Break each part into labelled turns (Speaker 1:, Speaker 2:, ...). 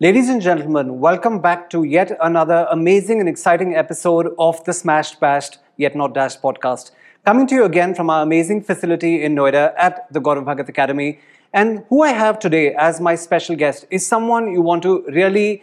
Speaker 1: Ladies and gentlemen, welcome back to yet another amazing and exciting episode of the Smashed Bashed Yet Not Dashed podcast. Coming to you again from our amazing facility in Noida at the Gaurav Bhagat Academy. And who I have today as my special guest is someone you want to really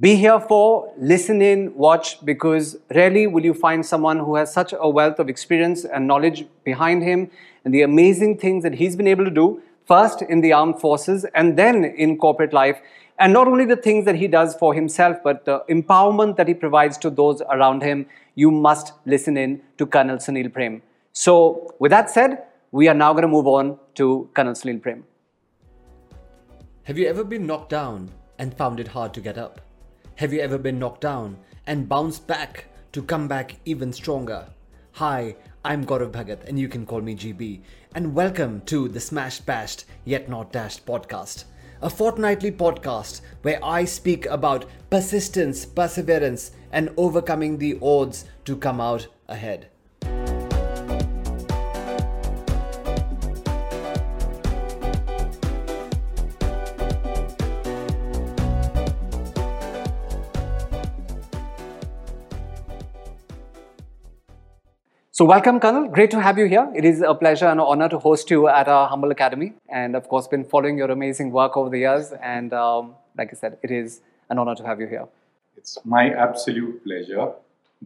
Speaker 1: be here for, listen in, watch, because rarely will you find someone who has such a wealth of experience and knowledge behind him and the amazing things that he's been able to do, first in the armed forces and then in corporate life. And not only the things that he does for himself, but the empowerment that he provides to those around him. You must listen in to Colonel Sunil Prem. So, with that said, we are now going to move on to Colonel Sunil Prem.
Speaker 2: Have you ever been knocked down and found it hard to get up? Have you ever been knocked down and bounced back to come back even stronger? Hi, I'm Gaurav Bhagat and you can call me GB and welcome to the Smashed Bashed Yet Not Dashed podcast. A fortnightly podcast where I speak about persistence, perseverance and overcoming the odds to come out ahead.
Speaker 1: So, welcome, Colonel. Great to have you here. It is a pleasure and an honor to host you at our humble academy. And of course, been following your amazing work over the years. And um, like I said, it is an honor to have you here.
Speaker 3: It's my absolute pleasure.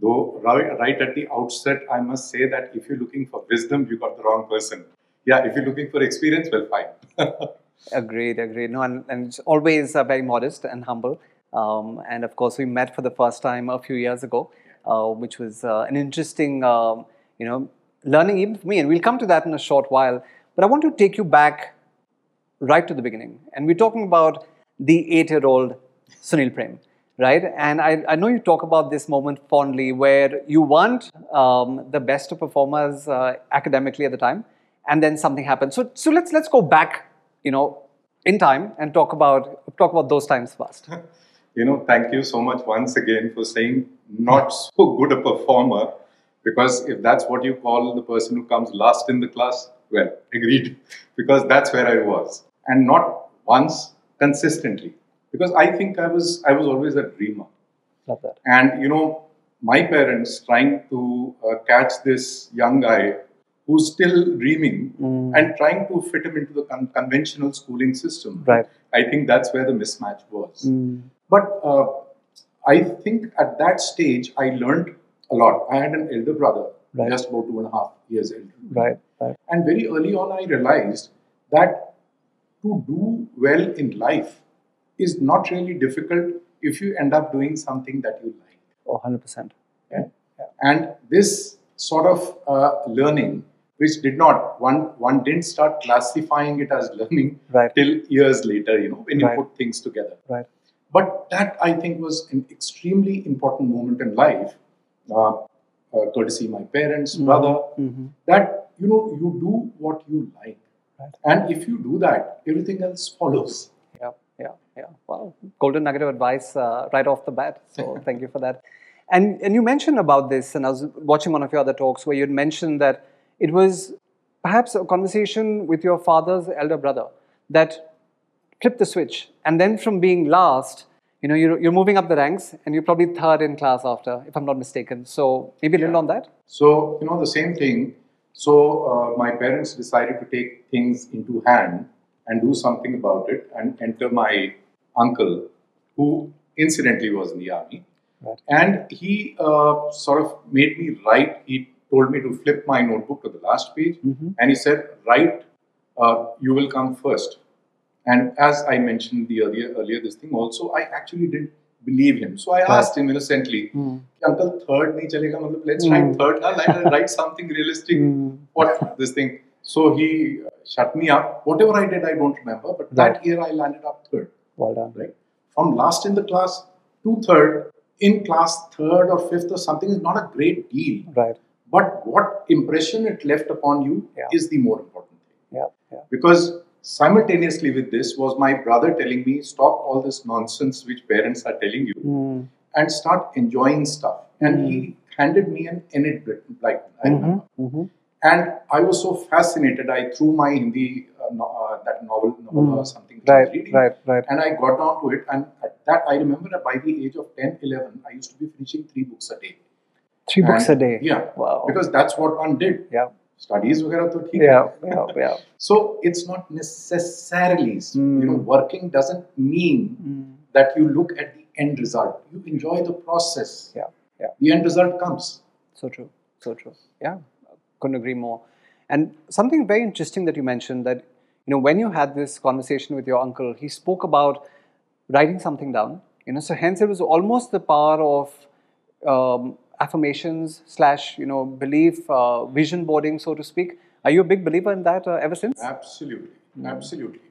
Speaker 3: Though, right, right at the outset, I must say that if you're looking for wisdom, you got the wrong person. Yeah, if you're looking for experience, well, fine.
Speaker 1: Agreed, agreed. No, and, and it's always uh, very modest and humble. Um, and of course, we met for the first time a few years ago, uh, which was uh, an interesting, um, you know, learning even for me. And we'll come to that in a short while. But I want to take you back right to the beginning. And we're talking about the eight-year-old Sunil Prem, right? And I, I know you talk about this moment fondly, where you weren't um, the best of performers uh, academically at the time, and then something happened. So, so let's let's go back, you know, in time and talk about talk about those times first.
Speaker 3: you know, thank you so much once again for saying not so good a performer, because if that's what you call the person who comes last in the class, well, agreed, because that's where I was, and not once consistently, because I think I was I was always a dreamer,
Speaker 1: Love that.
Speaker 3: and you know, my parents trying to uh, catch this young guy who's still dreaming
Speaker 1: Mm.
Speaker 3: and trying to fit him into the con- conventional schooling system.
Speaker 1: Right. Mm.
Speaker 3: I think that's where the mismatch was. But uh, I think at that stage, I learned a lot. I had an elder brother,
Speaker 1: Right.
Speaker 3: just about two and a half years elder.
Speaker 1: Right, right.
Speaker 3: And very early on, I realized that to do well in life is not really difficult if you end up doing something that you like.
Speaker 1: Oh, 100%.
Speaker 3: Yeah. And this sort of uh, learning, which did not one one didn't start classifying it as learning
Speaker 1: Right.
Speaker 3: till years later, you know, when you
Speaker 1: Right.
Speaker 3: put things together.
Speaker 1: Right.
Speaker 3: But that I think was an extremely important moment in life, uh, uh, courtesy my parents,
Speaker 1: Mm-hmm.
Speaker 3: brother, that you know you do what you like,
Speaker 1: Right.
Speaker 3: and if you do that, everything else follows.
Speaker 1: Yeah, yeah, yeah. Wow, golden nugget of advice uh, right off the bat. So thank you for that. And and you mentioned about this, and I was watching one of your other talks where you'd mentioned that it was perhaps a conversation with your father's elder brother that flipped the switch, and then from being last. You know, you're, you're moving up the ranks and you're probably third in class after, if I'm not mistaken. So maybe a little on that.
Speaker 3: So, you know, the same thing. So, uh, my parents decided to take things into hand and do something about it and enter my uncle, who incidentally was in the army.
Speaker 1: Right.
Speaker 3: And he uh, sort of made me write. He told me to flip my notebook to the last page and he said, Write, uh, you will come first. And as I mentioned the earlier, earlier this thing also, I actually didn't believe him. So I asked him innocently,
Speaker 1: Hmm.
Speaker 3: कि uncle third नहीं चलेगा मतलब let's write third now like write something realistic
Speaker 1: Hmm.
Speaker 3: what this thing so he uh, shut me up whatever I did I don't remember but that year I landed up third
Speaker 1: Well done.
Speaker 3: right from last in the class to third in class third or fifth or something is not a great deal
Speaker 1: Right.
Speaker 3: but what impression it left upon you
Speaker 1: Yeah.
Speaker 3: is the more important thing
Speaker 1: Yeah. Yeah.
Speaker 3: because simultaneously with this was my brother telling me stop all this nonsense which parents are telling you
Speaker 1: Hmm.
Speaker 3: and start enjoying stuff and he handed me an innit written like I
Speaker 1: Mm-hmm.
Speaker 3: remember. and i was so fascinated i threw my hindi uh, no, uh, that novel, novel or something which I
Speaker 1: Hmm.
Speaker 3: was
Speaker 1: Right.
Speaker 3: reading
Speaker 1: Right. Right.
Speaker 3: and i got down to it and at that I remember that by the age of 10, 11, I used to be finishing three books a day.
Speaker 1: Three books a
Speaker 3: And-
Speaker 1: day.
Speaker 3: Yeah.
Speaker 1: Wow.
Speaker 3: Because that's what one did.
Speaker 1: yeah.
Speaker 3: Studies वगैरह तो ठीक
Speaker 1: Yeah.
Speaker 3: है.
Speaker 1: Yeah. Yeah.
Speaker 3: So it's not necessarily, you know,
Speaker 1: Hmm.
Speaker 3: working doesn't mean
Speaker 1: Mm.
Speaker 3: that you look at the end result. You enjoy the process.
Speaker 1: Yeah. Yeah.
Speaker 3: The end result comes.
Speaker 1: So true. So true. Yeah. Couldn't agree more. And something very interesting that you mentioned that, you know, when you had this conversation with your uncle, he spoke about writing something down, you know, so hence it was almost the power of um, affirmations slash, you know, belief, uh, vision boarding, so to speak. Are you a big believer in that uh, ever since?
Speaker 3: Absolutely,
Speaker 1: Hmm.
Speaker 3: absolutely.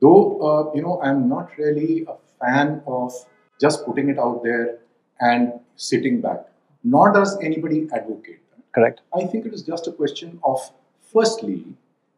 Speaker 3: Though uh, you know, I'm not really a fan of just putting it out there and sitting back. Nor does anybody advocate that.
Speaker 1: Correct.
Speaker 3: I think it is just a question of firstly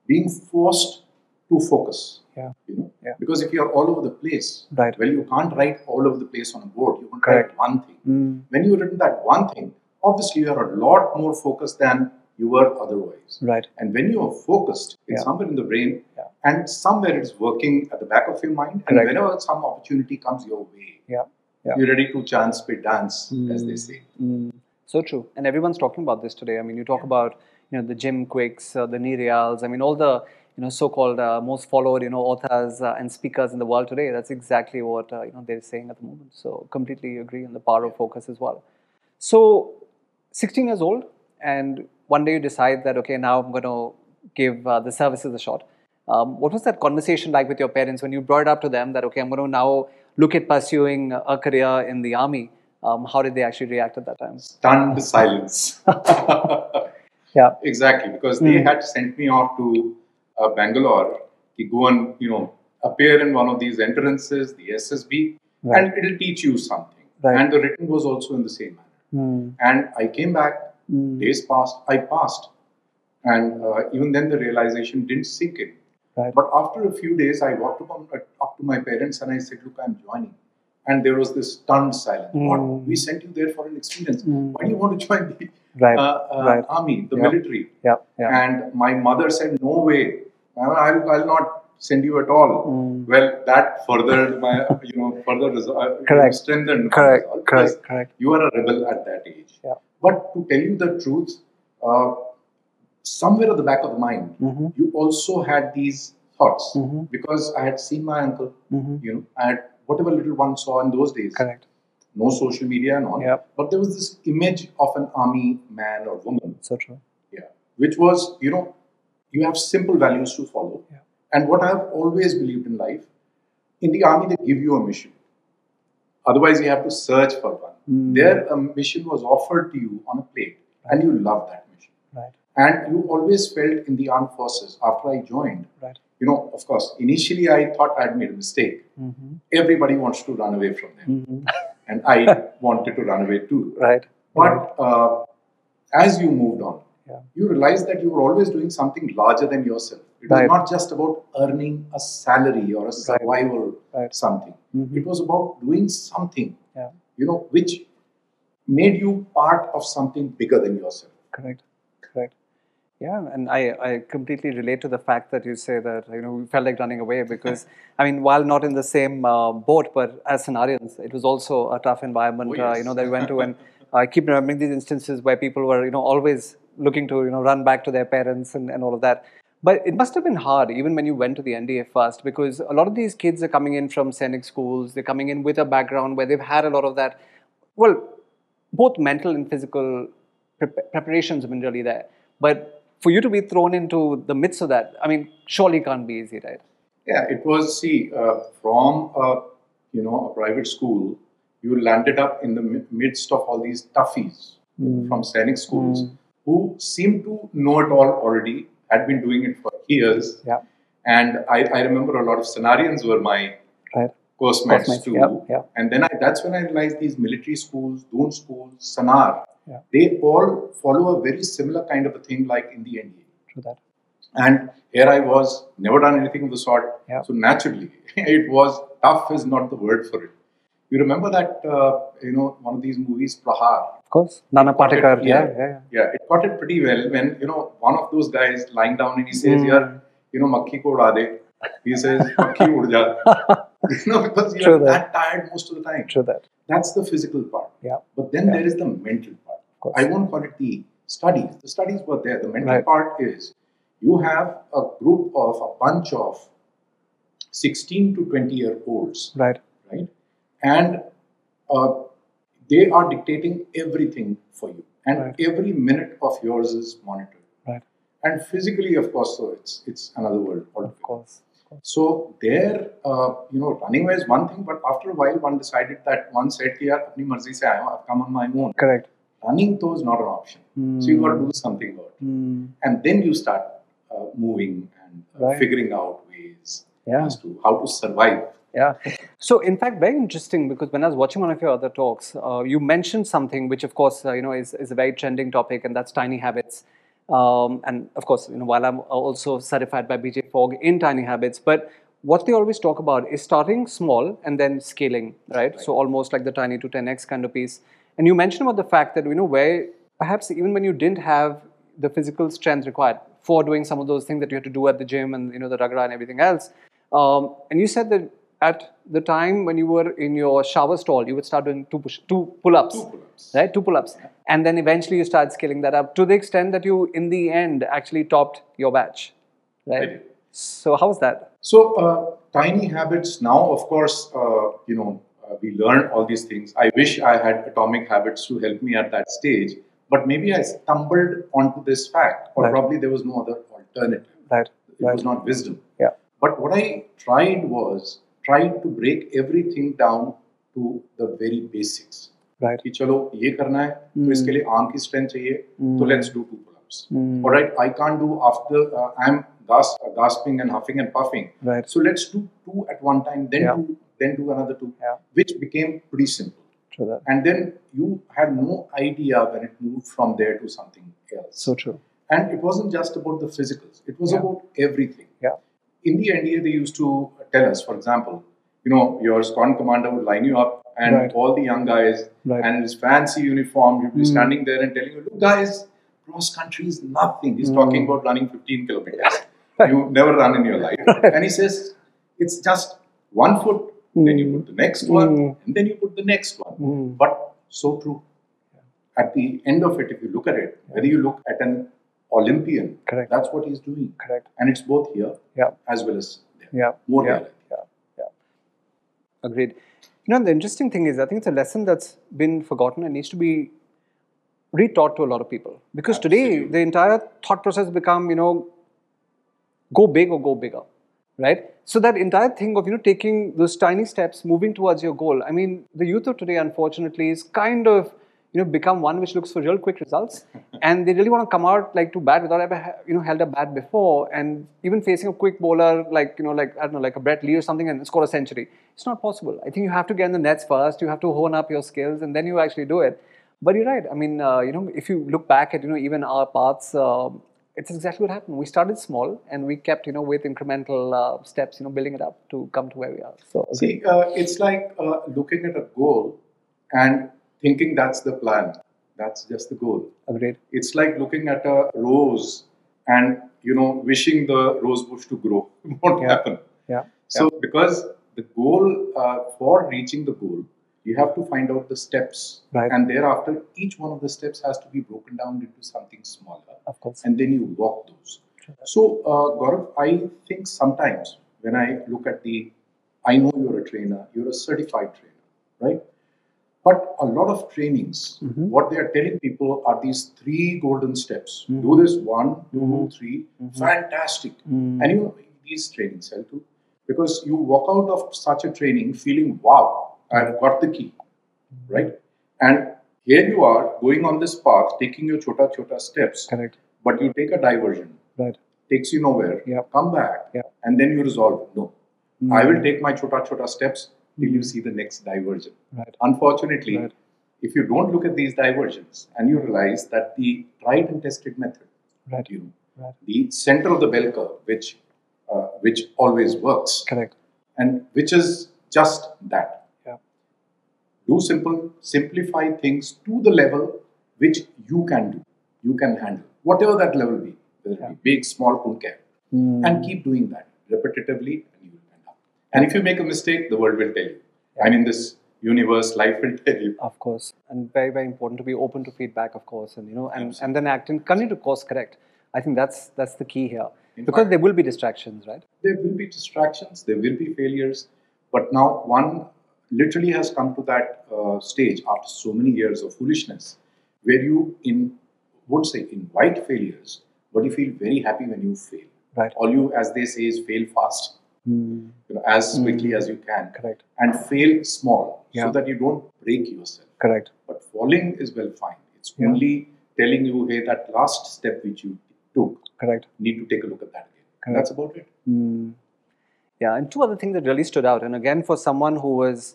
Speaker 3: being forced to focus.
Speaker 1: Yeah.
Speaker 3: You know,
Speaker 1: Yeah.
Speaker 3: because if you are all over the place,
Speaker 1: Right.
Speaker 3: well, you can't write all over the place on a board. You can
Speaker 1: Correct.
Speaker 3: write one thing.
Speaker 1: Mm.
Speaker 3: When you've written that one thing, obviously you are a lot more focused than you were otherwise.
Speaker 1: Right.
Speaker 3: And when you are focused, it's
Speaker 1: Yeah.
Speaker 3: somewhere in the brain,
Speaker 1: Yeah.
Speaker 3: and somewhere it's working at the back of your mind. And
Speaker 1: Correct.
Speaker 3: whenever some opportunity comes your way,
Speaker 1: Yeah. Yeah.
Speaker 3: you're ready to chance pe dance, as they say.
Speaker 1: Mm, so true. And everyone's talking about this today. I mean, you talk about you know the Jim Quicks, uh, the Nereals. I mean, all the you know so-called uh, most followed you know authors uh, and speakers in the world today. That's exactly what uh, you know they're saying at the moment. So completely agree on the power of focus as well. So, 16 years old, and one day you decide that okay, now I'm going to give uh, the services a shot. Um, what was that conversation like with your parents when you brought it up to them that okay, I'm going to now look at pursuing a career in the army? Um, how did they actually react at that time?
Speaker 3: Stunned silence.
Speaker 1: Yeah.
Speaker 3: Exactly, because they
Speaker 1: Mm.
Speaker 3: had sent me off to uh, Bangalore to go and, you know, appear in one of these entrances, the SSB, and it'll teach you something.
Speaker 1: Right.
Speaker 3: And the written was also in the same manner.
Speaker 1: Mm,
Speaker 3: And I came back,
Speaker 1: mm,
Speaker 3: days passed, I passed. And uh, even then, the realization didn't sink in.
Speaker 1: Right.
Speaker 3: But after a few days, I walked up, on, up to my parents and I said, Look, I'm joining. And there was this stunned silence. What?
Speaker 1: Mm.
Speaker 3: We sent you there for an experience.
Speaker 1: Mm.
Speaker 3: Why do you want to join the
Speaker 1: Right.
Speaker 3: uh, uh,
Speaker 1: Right.
Speaker 3: army, the
Speaker 1: Yeah.
Speaker 3: military?
Speaker 1: yeah. Yeah.
Speaker 3: And my mother said, No way. Mama, I'll, I'll not send you at all.
Speaker 1: Mm.
Speaker 3: Well, that furthered my, you know, further resol-
Speaker 1: Correct.
Speaker 3: strengthened my
Speaker 1: Correct.
Speaker 3: resolve, because
Speaker 1: Correct. Correct.
Speaker 3: you are a rebel at that age.
Speaker 1: Yeah.
Speaker 3: But to tell you the truth, uh, somewhere at the back of the mind,
Speaker 1: Mm-hmm.
Speaker 3: you also had these thoughts
Speaker 1: Mhm.
Speaker 3: because I had seen my uncle,
Speaker 1: Mm-hmm.
Speaker 3: you know, I had whatever little one saw in those days,
Speaker 1: Correct.
Speaker 3: no social media and all.
Speaker 1: Yep.
Speaker 3: But there was this image of an army man or woman,
Speaker 1: So true.
Speaker 3: yeah, which was, you know, you have simple values to follow.
Speaker 1: Yeah.
Speaker 3: And what I've always believed in life, in the army, they give you a mission. Otherwise, you have to search for one.
Speaker 1: Mm.
Speaker 3: There, a mission was offered to you on a plate, and you loved that mission.
Speaker 1: Right.
Speaker 3: And you always felt in the armed forces after I joined,
Speaker 1: Right.
Speaker 3: you know, of course, initially I thought I'd made a mistake.
Speaker 1: Mm-hmm.
Speaker 3: Everybody wants to run away from them.
Speaker 1: Mm-hmm.
Speaker 3: And I wanted to run away too.
Speaker 1: Right.
Speaker 3: But uh, as you moved on,
Speaker 1: Yeah.
Speaker 3: you realized that you were always doing something larger than yourself. It was
Speaker 1: Right.
Speaker 3: not just about earning a salary or a survival
Speaker 1: Right.
Speaker 3: something.
Speaker 1: Mhm.
Speaker 3: It was about doing something,
Speaker 1: Yeah.
Speaker 3: you know, which made you part of something bigger than yourself.
Speaker 1: Correct. Correct. Yeah, and I, I completely relate to the fact that you say that you know we felt like running away because I mean while not in the same uh, boat but as scenarios it was also a tough environment
Speaker 3: Oh,
Speaker 1: uh, you know
Speaker 3: yes.
Speaker 1: that we went to and I keep remembering these instances where people were you know always looking to you know run back to their parents and, and all of that but it must have been hard even when you went to the NDA first because a lot of these kids are coming in from scenic schools they're coming in with a background where they've had a lot of that well both mental and physical prep- preparations have been really there. But for you to be thrown into the midst of that, I mean, surely can't be easy, right?
Speaker 3: Yeah, it was. See, uh, from a, you know a private school, you landed up in the mi- midst of all these toughies from scenic schools who seemed to know it all already, had been doing it for years.
Speaker 1: Yeah.
Speaker 3: And I, I remember a lot of scenarians were my
Speaker 1: Right.
Speaker 3: course
Speaker 1: Course
Speaker 3: mates
Speaker 1: mates,
Speaker 3: too.
Speaker 1: yeah, yeah.
Speaker 3: And then I, that's when I realized these military schools, Doon schools, Sanar,
Speaker 1: Yeah.
Speaker 3: they all follow a very similar kind of a thing like in the NDA.
Speaker 1: True that.
Speaker 3: And here I was, never done anything of the sort.
Speaker 1: Yeah.
Speaker 3: So naturally, it was tough is not the word for it. You remember that uh, you know one of these movies, Prahar.
Speaker 1: Of course. Nana Patekar,
Speaker 3: Yeah.
Speaker 1: yeah, yeah, yeah.
Speaker 3: Yeah, it got it pretty well when you know one of those guys lying down and he says,
Speaker 1: Mm.
Speaker 3: "Yeah, you know, makhi ko uda de." He says, "Makhi uda." you know, because you
Speaker 1: True
Speaker 3: are
Speaker 1: that.
Speaker 3: that tired most of the time.
Speaker 1: True that.
Speaker 3: That's the physical part.
Speaker 1: Yeah.
Speaker 3: But then
Speaker 1: Yeah.
Speaker 3: there is the mental part.
Speaker 1: course.
Speaker 3: I won't call it the studies. The studies were there. The mental
Speaker 1: Right.
Speaker 3: part is you have a group of a bunch of 16 to 20 year olds,
Speaker 1: Right.
Speaker 3: right? And uh, they are dictating everything for you. And
Speaker 1: Right.
Speaker 3: every minute of yours is monitored.
Speaker 1: Right.
Speaker 3: And physically, of course, so it's it's another world
Speaker 1: Of
Speaker 3: altogether.
Speaker 1: course.
Speaker 3: So there, uh, you know, running away is one thing, but after a while, one decided that one said, "Ki yaar, apni marzi se aaya, I've come on my own."
Speaker 1: Correct.
Speaker 3: Running though is not an option,
Speaker 1: Hmm.
Speaker 3: so you got to do something about it,
Speaker 1: Hmm.
Speaker 3: and then you start uh, moving and uh,
Speaker 1: Right.
Speaker 3: figuring out ways
Speaker 1: Yeah.
Speaker 3: as to how to survive.
Speaker 1: Yeah. So, in fact, very interesting because when I was watching one of your other talks, uh, you mentioned something which, of course, uh, you know, is, is a very trending topic, and that's tiny habits. Um, and of course, you know, while I'm also certified by BJ Fogg in tiny habits, but what they always talk about is starting small and then scaling, right? So almost like the tiny to 10x kind of piece. And you mentioned about the fact that you know where perhaps even when you didn't have the physical strength required for doing some of those things that you had to do at the gym and you know the ragra and everything else, um, and you said that at the time when you were in your shower stall, you would start doing two push, two pull-ups,
Speaker 3: Two pull-ups.
Speaker 1: right? Two pull-ups, and then eventually you start scaling that up to the extent that you, in the end, actually topped your batch,
Speaker 3: I
Speaker 1: right?
Speaker 3: did.
Speaker 1: So how was that?
Speaker 3: So uh, tiny habits now, of course, uh, you know, uh, we learn all these things. I wish I had atomic habits to help me at that stage, but maybe I stumbled onto this fact, or
Speaker 1: Right.
Speaker 3: probably there was no other alternative.
Speaker 1: Right,
Speaker 3: It was not wisdom.
Speaker 1: Yeah.
Speaker 3: But what I tried was tried to break everything down to the very basics.
Speaker 1: right.
Speaker 3: कि चलो ये करना है तो इसके लिए arm की strength चाहिए तो
Speaker 1: hmm.
Speaker 3: Let's do two pull-ups alright I can't do after I am uh, gasping and huffing and puffing
Speaker 1: Right.
Speaker 3: so let's do two at one time then
Speaker 1: Yeah.
Speaker 3: do then do another two
Speaker 1: Yeah.
Speaker 3: which became pretty simple
Speaker 1: True that.
Speaker 3: and then you had no idea when it moved from there to something else
Speaker 1: So true.
Speaker 3: and it wasn't just about the physicals it was
Speaker 1: Yeah.
Speaker 3: about everything
Speaker 1: Yeah.
Speaker 3: in the nda they used to tell us for example you know your squadron commander would line you up and
Speaker 1: Right.
Speaker 3: all the young guys
Speaker 1: Right.
Speaker 3: and his fancy uniform you'd be
Speaker 1: Mm.
Speaker 3: standing there and telling you look guys cross country is nothing he's talking
Speaker 1: Hmm.
Speaker 3: about running 15 kilometers you never run in your life and he says it's just one foot then
Speaker 1: Hmm.
Speaker 3: you put the next one
Speaker 1: Mm.
Speaker 3: and then you put the next one
Speaker 1: Mm.
Speaker 3: but so true at the end of it, if you look at it, whether you look at an Olympian,
Speaker 1: Correct.
Speaker 3: that's what he's doing.
Speaker 1: Correct.
Speaker 3: And it's both here
Speaker 1: Yeah.
Speaker 3: as well as there.
Speaker 1: Yeah.
Speaker 3: More
Speaker 1: yeah.
Speaker 3: reality.
Speaker 1: yeah. Yeah. Agreed. You know, the interesting thing is, I think it's a lesson that's been forgotten and needs to be retaught to a lot of people because today
Speaker 3: Absolutely.
Speaker 1: the entire thought process become, you know, go big or go bigger, right? So that entire thing of you know taking those tiny steps, moving towards your goal. I mean, the youth of today, unfortunately, is kind of you know become one which looks for real quick results, and they really want to come out like to bat without ever ha- you know held a bat before, and even facing a quick bowler like you know like I don't know like a Brett Lee or something and score a century. It's not possible. I think you have to get in the nets first. You have to hone up your skills, and then you actually do it. But you're right. I mean, uh, you know, if you look back at you know even our paths, um it's exactly what happened. We started small and we kept you know with incremental uh, steps, you know, building it up to come to where we are. So
Speaker 3: See, uh, it's like uh, looking at a goal and thinking that's the plan. That's just the goal.
Speaker 1: agreed.
Speaker 3: It's like looking at a rose and, you know, wishing the rose bush to grow. It won't
Speaker 1: Yeah.
Speaker 3: happen.
Speaker 1: Yeah.
Speaker 3: So, because the goal, uh, for reaching the goal, you have to find out the steps.
Speaker 1: Right.
Speaker 3: And thereafter, each one of the steps has to be broken down into something smaller.
Speaker 1: Of course.
Speaker 3: And then you walk those. So, uh, Gaurav, I think sometimes when I look at the, I know you're a trainer, you're a certified trainer, right? But a lot of trainings,
Speaker 1: Mhm.
Speaker 3: what they are telling people are these three golden steps. Do this one, do
Speaker 1: Mhm.
Speaker 3: three,
Speaker 1: Mhm.
Speaker 3: fantastic.
Speaker 1: Mm.
Speaker 3: And you know, these trainings help too. Because you walk out of such a training feeling, wow, I've got the key, right? And here you are going on this path, taking your chota chota steps,
Speaker 1: Correct.
Speaker 3: but you take a diversion,
Speaker 1: Right.
Speaker 3: takes you nowhere,
Speaker 1: Yeah.
Speaker 3: come back,
Speaker 1: Yeah.
Speaker 3: and then you resolve, no,
Speaker 1: Mm.
Speaker 3: I will take my chota chota steps till you see the next diversion.
Speaker 1: Hmm. Right.
Speaker 3: Unfortunately,
Speaker 1: Right.
Speaker 3: if you don't look at these diversions and you realize that the tried and tested method,
Speaker 1: Right.
Speaker 3: you know,
Speaker 1: Right.
Speaker 3: the center of the bell curve, which uh, which always works,
Speaker 1: Correct.
Speaker 3: and which is just that.
Speaker 1: Yeah.
Speaker 3: Do simple, simplify things to the level which you can do, you can handle, whatever that level be, whether it be big, small, don't care, and keep doing that repetitively, and you will end up. And if you make a mistake, the world will tell you. I mean, this universe, life will tell you.
Speaker 1: Of course, and very very important to be open to feedback, of course, and you know, and, and then act and continue to course correct. I think that's that's the key here
Speaker 3: In
Speaker 1: because
Speaker 3: fact-
Speaker 1: there will be distractions, right?
Speaker 3: There will be distractions, there will be failures. But now one literally has come to that uh, stage after so many years of foolishness where you in would say invite failures, but you feel very happy when you fail.
Speaker 1: Right.
Speaker 3: All you, as they say, is fail fast,
Speaker 1: Mm,
Speaker 3: you know, as quickly as you can,
Speaker 1: correct.
Speaker 3: and fail small
Speaker 1: Yeah.
Speaker 3: so that you don't break yourself.
Speaker 1: Correct.
Speaker 3: But falling is well fine. It's
Speaker 1: Yeah.
Speaker 3: only telling you, hey, that last step which you took,
Speaker 1: Correct.
Speaker 3: need to take a look at that again.
Speaker 1: Correct.
Speaker 3: That's about it.
Speaker 1: Mm. Yeah, and two other things that really stood out. And again, for someone who was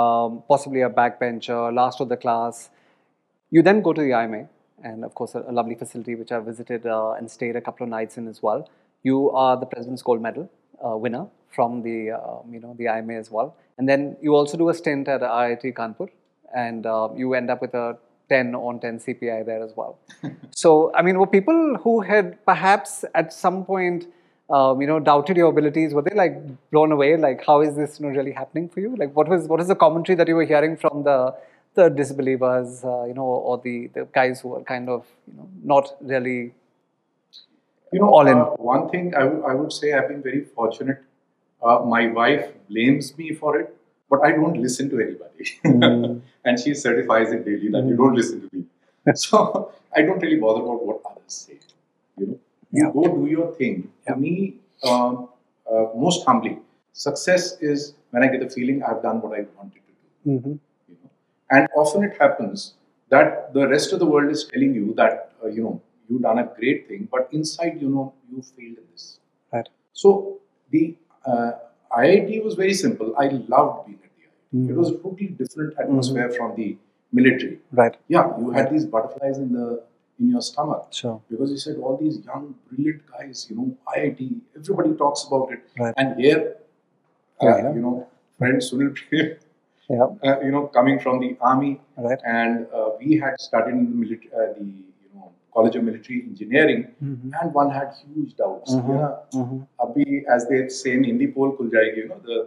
Speaker 1: um, possibly a backbencher, last of the class, you then go to the IMA, and of course, a, a lovely facility which I visited uh, and stayed a couple of nights in as well. You are the President's Gold Medal uh, winner from the um, you know the IMA as well, and then you also do a stint at IIT Kanpur, and uh, you end up with a 10 on 10 CPI there as well. So, I mean, were people who had perhaps at some point, um, you know, doubted your abilities, were they like blown away? Like, how is this you know, really happening for you? Like, what was what is the commentary that you were hearing from the the disbelievers, uh, you know, or the, the guys who are kind of, you know, not really
Speaker 3: You know,
Speaker 1: All in.
Speaker 3: uh, one thing I would- I would say I've been very fortunate. Uh, my wife blames me for it, but I don't listen to anybody. and she certifies it daily that you don't listen to me. so I don't really bother about what others say. You know, you
Speaker 1: Yeah.
Speaker 3: go do your thing. To me, um, uh, most humbly, success is when I get the feeling I've done what I wanted to do.
Speaker 1: Mhm.
Speaker 3: you know. and often it happens that the rest of the world is telling you that uh, you know you've done a great thing but inside you know you failed in this
Speaker 1: Right.
Speaker 3: so the uh, iit was very simple i loved being at the iit
Speaker 1: Hmm.
Speaker 3: it was a totally different atmosphere from the military
Speaker 1: right,
Speaker 3: yeah you had these butterflies in the in your stomach
Speaker 1: sure,
Speaker 3: because you said all these young brilliant guys you know iit everybody talks about it
Speaker 1: Right.
Speaker 3: and here uh,
Speaker 1: Yeah, yeah.
Speaker 3: you know friend sunil Prem,
Speaker 1: yeah,
Speaker 3: uh, you know, coming from the army,
Speaker 1: right,
Speaker 3: and uh, we had studied in the military, uh, the you know, College of Military Engineering,
Speaker 1: Mm-hmm.
Speaker 3: and one had huge doubts.
Speaker 1: Mhm.
Speaker 3: Yeah,
Speaker 1: Mhm.
Speaker 3: abhi, as they say in Hindi, pol khul jayegi, you know, the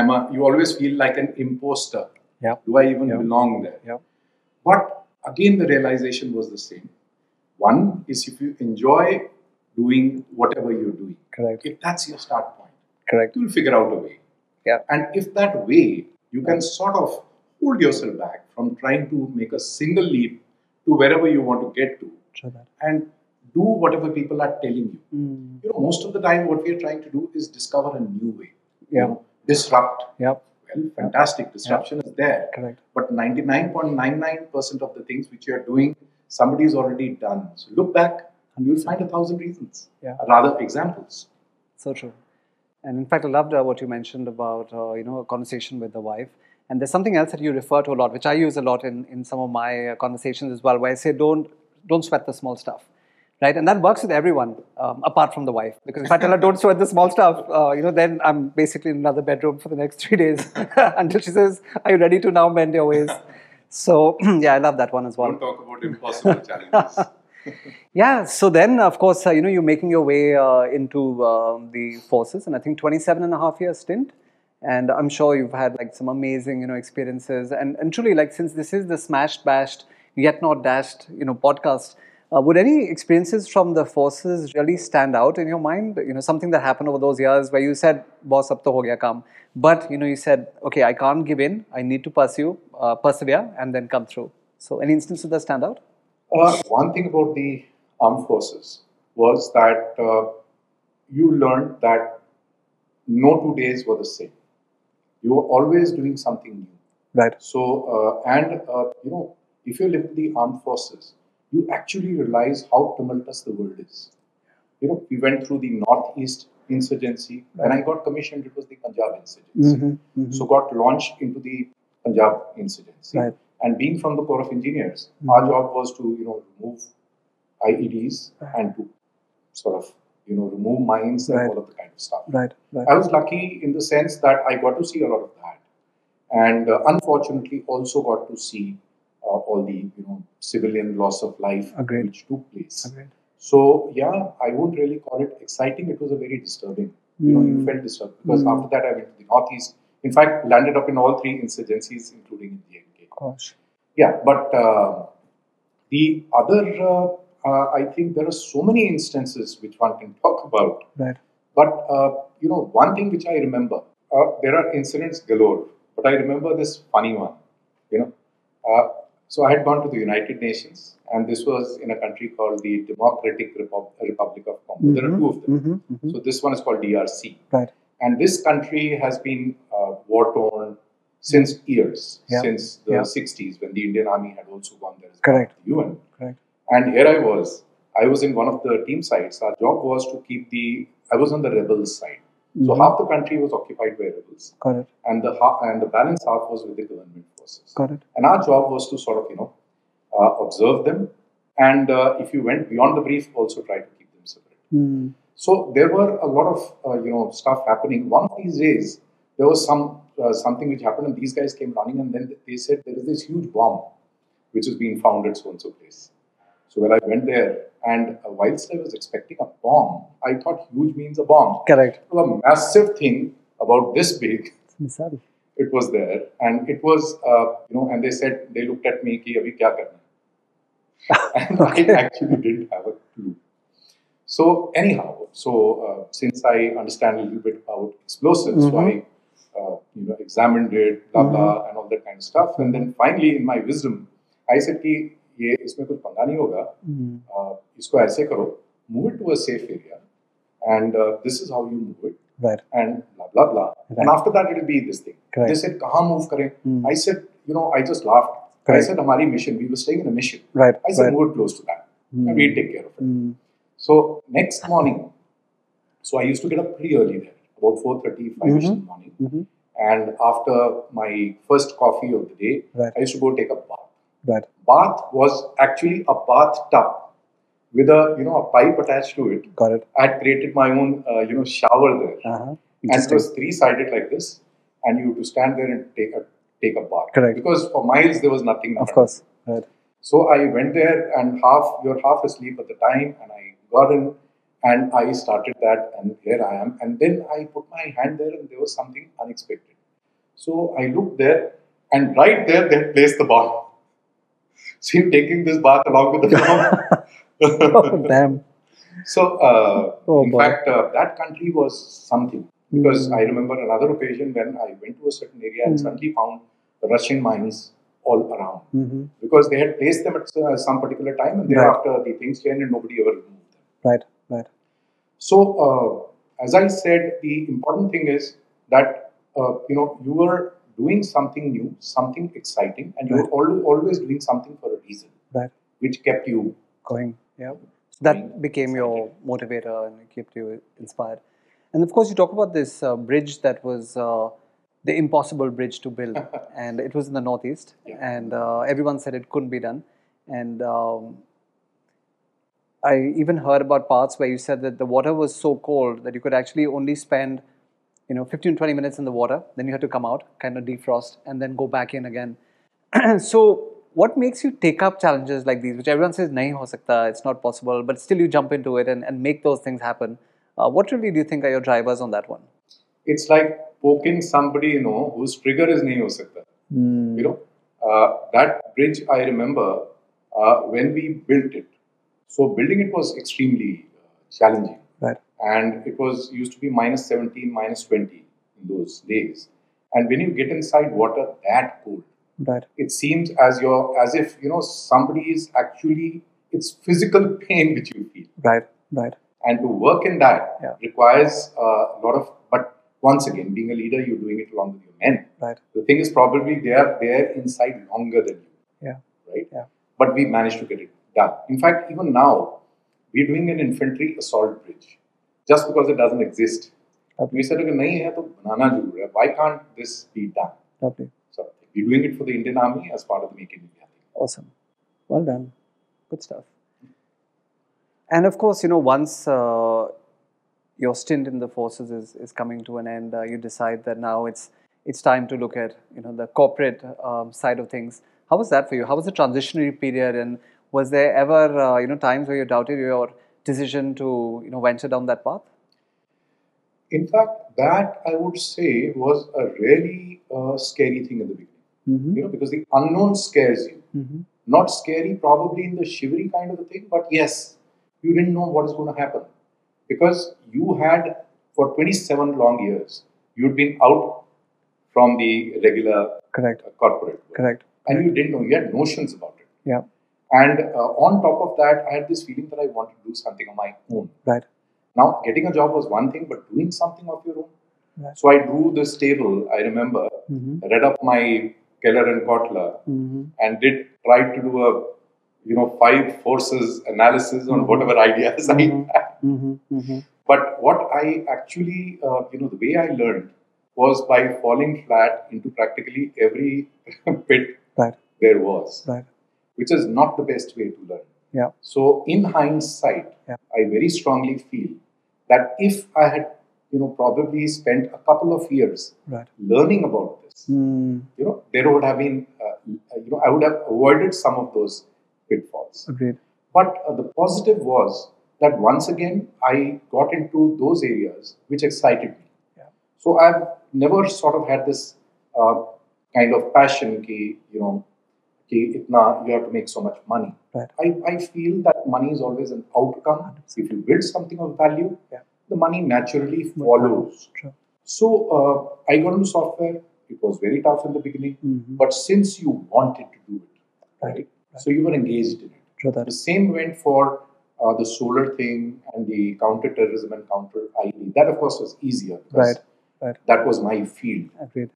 Speaker 3: I'm a, you always feel like an imposter.
Speaker 1: Yeah.
Speaker 3: Do I even
Speaker 1: Yeah.
Speaker 3: belong there?
Speaker 1: yeah,
Speaker 3: But again, the realization was the same. One is if you enjoy doing whatever you're doing,
Speaker 1: correct,
Speaker 3: if that's your start point,
Speaker 1: correct,
Speaker 3: you'll figure out a way.
Speaker 1: yeah,
Speaker 3: And if that way, you can sort of hold yourself back from trying to make a single leap to wherever you want to get to
Speaker 1: sure that.
Speaker 3: and do whatever people are telling you.
Speaker 1: Mm.
Speaker 3: You know, most of the time, what we are trying to do is discover a new way. You
Speaker 1: Yeah.
Speaker 3: know, disrupt.
Speaker 1: Yeah,
Speaker 3: Well, fantastic. Disruption is there.
Speaker 1: correct,
Speaker 3: But 99.99% of the things which you are doing, somebody's already done. So look back and you'll find a thousand reasons,
Speaker 1: Yeah.
Speaker 3: rather examples.
Speaker 1: so true. And in fact, I loved uh, what you mentioned about uh, you know a conversation with the wife. And there's something else that you refer to a lot, which I use a lot in, in some of my uh, conversations as well, where I say don't don't sweat the small stuff, right? And that works with everyone um, apart from the wife, because if I tell her don't sweat the small stuff, uh, you know, then I'm basically in another bedroom for the next three days until she says, "Are you ready to now mend your ways?" So yeah, I love that one as well.
Speaker 3: Don't talk about impossible challenges.
Speaker 1: Yeah, so then, of course, uh, you know, you're making your way uh, into um the forces, and I think 27 and a half year stint. And I'm sure you've had like some amazing, you know, experiences. And, and truly, like, since this is the smashed, bashed, yet not dashed, you know, podcast, uh, would any experiences from the forces really stand out in your mind? You know, something that happened over those years where you said, boss, ab to ho gaya kaam. But, you know, you said, okay, I can't give in. I need to pursue, uh, persevere, and then come through. So, any instance of that stand out?
Speaker 3: Uh, one thing about the armed forces was that uh, you learned that no two days were the same. You were always doing something new.
Speaker 1: Right.
Speaker 3: So, uh, and uh, you know, if you live in the armed forces, you actually realize how tumultuous the world is. You know, we went through the Northeast insurgency. When I got commissioned, it was the Punjab insurgency.
Speaker 1: Mm-hmm,
Speaker 3: So, got launched into the Punjab insurgency.
Speaker 1: Right. Mm-hmm.
Speaker 3: And being from the Corps of Engineers, our job was to, you know, remove IEDs and to sort of, you know, remove mines
Speaker 1: Right.
Speaker 3: and all of the kind of stuff.
Speaker 1: Right, right.
Speaker 3: I was lucky in the sense that I got to see a lot of that, and uh, unfortunately also got to see uh, all the you know civilian loss of life
Speaker 1: Agreed.
Speaker 3: which took place.
Speaker 1: Agreed.
Speaker 3: So yeah, I wouldn't really call it exciting. It was a very disturbing you know,
Speaker 1: Hmm.
Speaker 3: you felt disturbed. Because after that, I went to the Northeast. In fact, landed up in all three insurgencies, including in the NK.
Speaker 1: Gosh.
Speaker 3: Yeah, but uh, the other, uh, uh, I think there are so many instances which one can talk about.
Speaker 1: Right.
Speaker 3: But uh, you know, one thing which I remember, uh, there are incidents galore, but I remember this funny one. You know, uh, so I had gone to the United Nations, and this was in a country called the Democratic Repub- Republic of Congo. There are two of them.
Speaker 1: Mhm, mhm.
Speaker 3: So this one is called DRC,
Speaker 1: Right.
Speaker 3: and this country has been uh, war torn since years,
Speaker 1: Yeah.
Speaker 3: since the
Speaker 1: Yeah.
Speaker 3: 60s when the Indian Army had also gone there as well
Speaker 1: Correct.
Speaker 3: the UN.
Speaker 1: Correct.
Speaker 3: And here I was. I was in one of the team sites. Our job was to keep the. I was on the rebels side. So
Speaker 1: Mhm.
Speaker 3: half the country was occupied by rebels,
Speaker 1: Got it.
Speaker 3: and the ha- and the balance half was with the government forces.
Speaker 1: Got it.
Speaker 3: And our job was to sort of you know uh, observe them, and uh, if you went beyond the brief, also try to keep them separate.
Speaker 1: Mm.
Speaker 3: So there were a lot of uh, you know stuff happening. One of these days, there was some uh, something which happened, and these guys came running, and then they said there is this huge bomb which is being found at so and so place. So when I went there, and uh, whilst I was expecting a bomb, I thought huge means a bomb.
Speaker 1: Correct.
Speaker 3: It was a massive thing about this big.
Speaker 1: Missile.
Speaker 3: It was there, and it was uh, you know, and they said they looked at me ki abhi kya karna? hai?" And I actually didn't have a clue. So anyhow, so uh, since I understand a little bit about explosives, so I uh, you know examined it, blah blah, and all that kind of stuff, and then finally in my wisdom, I said कि ये इसमें कुछ पंगा नहीं होगा,
Speaker 1: Mm.
Speaker 3: uh, इसको ऐसे करो, move it to a safe area, and uh, this is how you move it,
Speaker 1: Right.
Speaker 3: and blah blah blah, and
Speaker 1: Right.
Speaker 3: after that it'll be this thing.
Speaker 1: Correct.
Speaker 3: They said कहाँ move करें?
Speaker 1: Hmm.
Speaker 3: I said you know I just laughed.
Speaker 1: Correct.
Speaker 3: I said हमारी mission, we were staying in a mission.
Speaker 1: Right.
Speaker 3: I said
Speaker 1: Right.
Speaker 3: move it close to that,
Speaker 1: Hmm.
Speaker 3: and we'll take care of it.
Speaker 1: Mm.
Speaker 3: So next morning, so I used to get up pretty early there, about 4.30, 5 ish in the morning.
Speaker 1: Mhm.
Speaker 3: And after my first coffee of the day,
Speaker 1: Right.
Speaker 3: I used to go take a bath.
Speaker 1: Right.
Speaker 3: Bath was actually a bathtub with a you know a pipe attached to it.
Speaker 1: Got it.
Speaker 3: I had created my own uh, you know shower there,
Speaker 1: Uh-huh.
Speaker 3: and it
Speaker 1: Interesting.
Speaker 3: was three sided like this, and you had to stand there and take a take a bath.
Speaker 1: Correct.
Speaker 3: Because for miles there was nothing. in
Speaker 1: Of
Speaker 3: front
Speaker 1: course. Right.
Speaker 3: so I went there and half you're half asleep at the time, and I got in and I started that, and here I am. And then I put my hand there, and there was something unexpected. So I looked there, and right there they had placed the bomb. So you're taking this bath along with the
Speaker 1: Oh,
Speaker 3: bomb.
Speaker 1: damn.
Speaker 3: so uh,
Speaker 1: Oh,
Speaker 3: in
Speaker 1: boy. Hmm.
Speaker 3: fact, uh, that country was something because I remember another occasion when I went to a certain area and suddenly found Russian mines all around
Speaker 1: Mhm.
Speaker 3: because they had placed them at uh, some particular time and thereafter the things changed and nobody ever removed them.
Speaker 1: Right. Right.
Speaker 3: So, uh, as I said, the important thing is that uh, you know you were doing something new, something exciting, and you were al- always doing something for a reason,
Speaker 1: Right.
Speaker 3: which kept you.
Speaker 1: going. Yeah.
Speaker 3: Going.
Speaker 1: That became your motivator and it kept you inspired. And of course, you talk about this uh, bridge that was uh, the impossible bridge to build. and it was in the Northeast. And uh, everyone said it couldn't be done. And um, I even heard about parts where you said that the water was so cold that you could actually only spend, you know, 15, 20 minutes in the water. Then you had to come out, kind of defrost, and then go back in again. so, what makes you take up challenges like these, which everyone says, nahi ho sakta, it's not possible, but still you jump into it and, and make those things happen? Uh, what really do you think are your drivers on that one?
Speaker 3: It's like poking somebody you know whose trigger is nahi ho sakta.
Speaker 1: Hmm.
Speaker 3: You know uh, that bridge. I remember uh, when we built it. So building it was extremely uh, challenging.
Speaker 1: Right.
Speaker 3: and it was used to be minus 17 minus 20 in those days and when you get inside water that cold
Speaker 1: Right.
Speaker 3: it seems as your as if you know somebody is actually it's physical pain which you feel
Speaker 1: Right. Right.
Speaker 3: and to work in that
Speaker 1: Yeah.
Speaker 3: requires uh, a lot of but once again being a leader you're doing it along with your men
Speaker 1: Right.
Speaker 3: the thing is probably they are there inside longer than you
Speaker 1: Yeah.
Speaker 3: right?
Speaker 1: Yeah.
Speaker 3: But we managed to get it done. In fact, even now, we're doing an infantry assault bridge just because it doesn't exist.
Speaker 1: Okay.
Speaker 3: We said, okay, nahi hai, to banana zarur hai. why can't this be done?
Speaker 1: Lovely.
Speaker 3: So we're doing it for the Indian Army as part of the Make in India thing.
Speaker 1: Awesome. Well done. Good stuff. And of course, you know, once uh, your stint in the forces is, is coming to an end, uh, you decide that now it's it's time to look at you know the corporate um, side of things. How was that for you? How was the transitionary period? And was there ever uh, you know times where you doubted your decision to you know venture down that path?
Speaker 3: in fact, that I would say was a really uh, scary thing in the beginning.
Speaker 1: Mhm.
Speaker 3: You know, because the unknown scares you.
Speaker 1: Mhm.
Speaker 3: Not scary, probably in the shivery kind of a thing, but yes, you didn't know what is going to happen because you had for 27 long years you'd been out from the regular
Speaker 1: Correct.
Speaker 3: uh, corporate world
Speaker 1: Correct.
Speaker 3: and you didn't know you had notions about it
Speaker 1: Yeah.
Speaker 3: and uh, on top of that i had this feeling that i wanted to do something of my own
Speaker 1: Right.
Speaker 3: now getting a job was one thing but doing something of your own
Speaker 1: Right.
Speaker 3: so i drew this table i remember
Speaker 1: Mhm.
Speaker 3: read up my keller and kotler
Speaker 1: Mhm.
Speaker 3: and did try to do a you know five forces analysis on
Speaker 1: Mhm.
Speaker 3: whatever ideas
Speaker 1: Mhm.
Speaker 3: i had
Speaker 1: Mhm. Mhm.
Speaker 3: but what I actually, uh, you know, the way I learned was by falling flat into practically every pit
Speaker 1: Right.
Speaker 3: there was,
Speaker 1: Right.
Speaker 3: which is not the best way to learn.
Speaker 1: Yeah.
Speaker 3: So, in hindsight,
Speaker 1: Yeah.
Speaker 3: I very strongly feel that if I had, you know, probably spent a couple of years
Speaker 1: Right.
Speaker 3: learning about this,
Speaker 1: Mm.
Speaker 3: you know, there would have been, uh, you know, I would have avoided some of those pitfalls.
Speaker 1: Agreed.
Speaker 3: But uh, the positive was that once again I got into those areas which excited me.
Speaker 1: Yeah.
Speaker 3: So I've never sort of had this uh, kind of passion ki, you know, ki itna, you have to make so much money.
Speaker 1: Right.
Speaker 3: I, I feel that money is always an outcome. If you build something of value,
Speaker 1: Yeah.
Speaker 3: the money naturally follows.
Speaker 1: True.
Speaker 3: So uh, I got into software. It was very tough in the beginning,
Speaker 1: Mhm.
Speaker 3: but since you wanted to do it,
Speaker 1: Right.
Speaker 3: right. So you were engaged in it.
Speaker 1: True that.
Speaker 3: The same went for uh, the solar thing and the counter-terrorism and counter-IED. That, of course, was easier because
Speaker 1: Right. Right.
Speaker 3: that was my field.
Speaker 1: Agreed.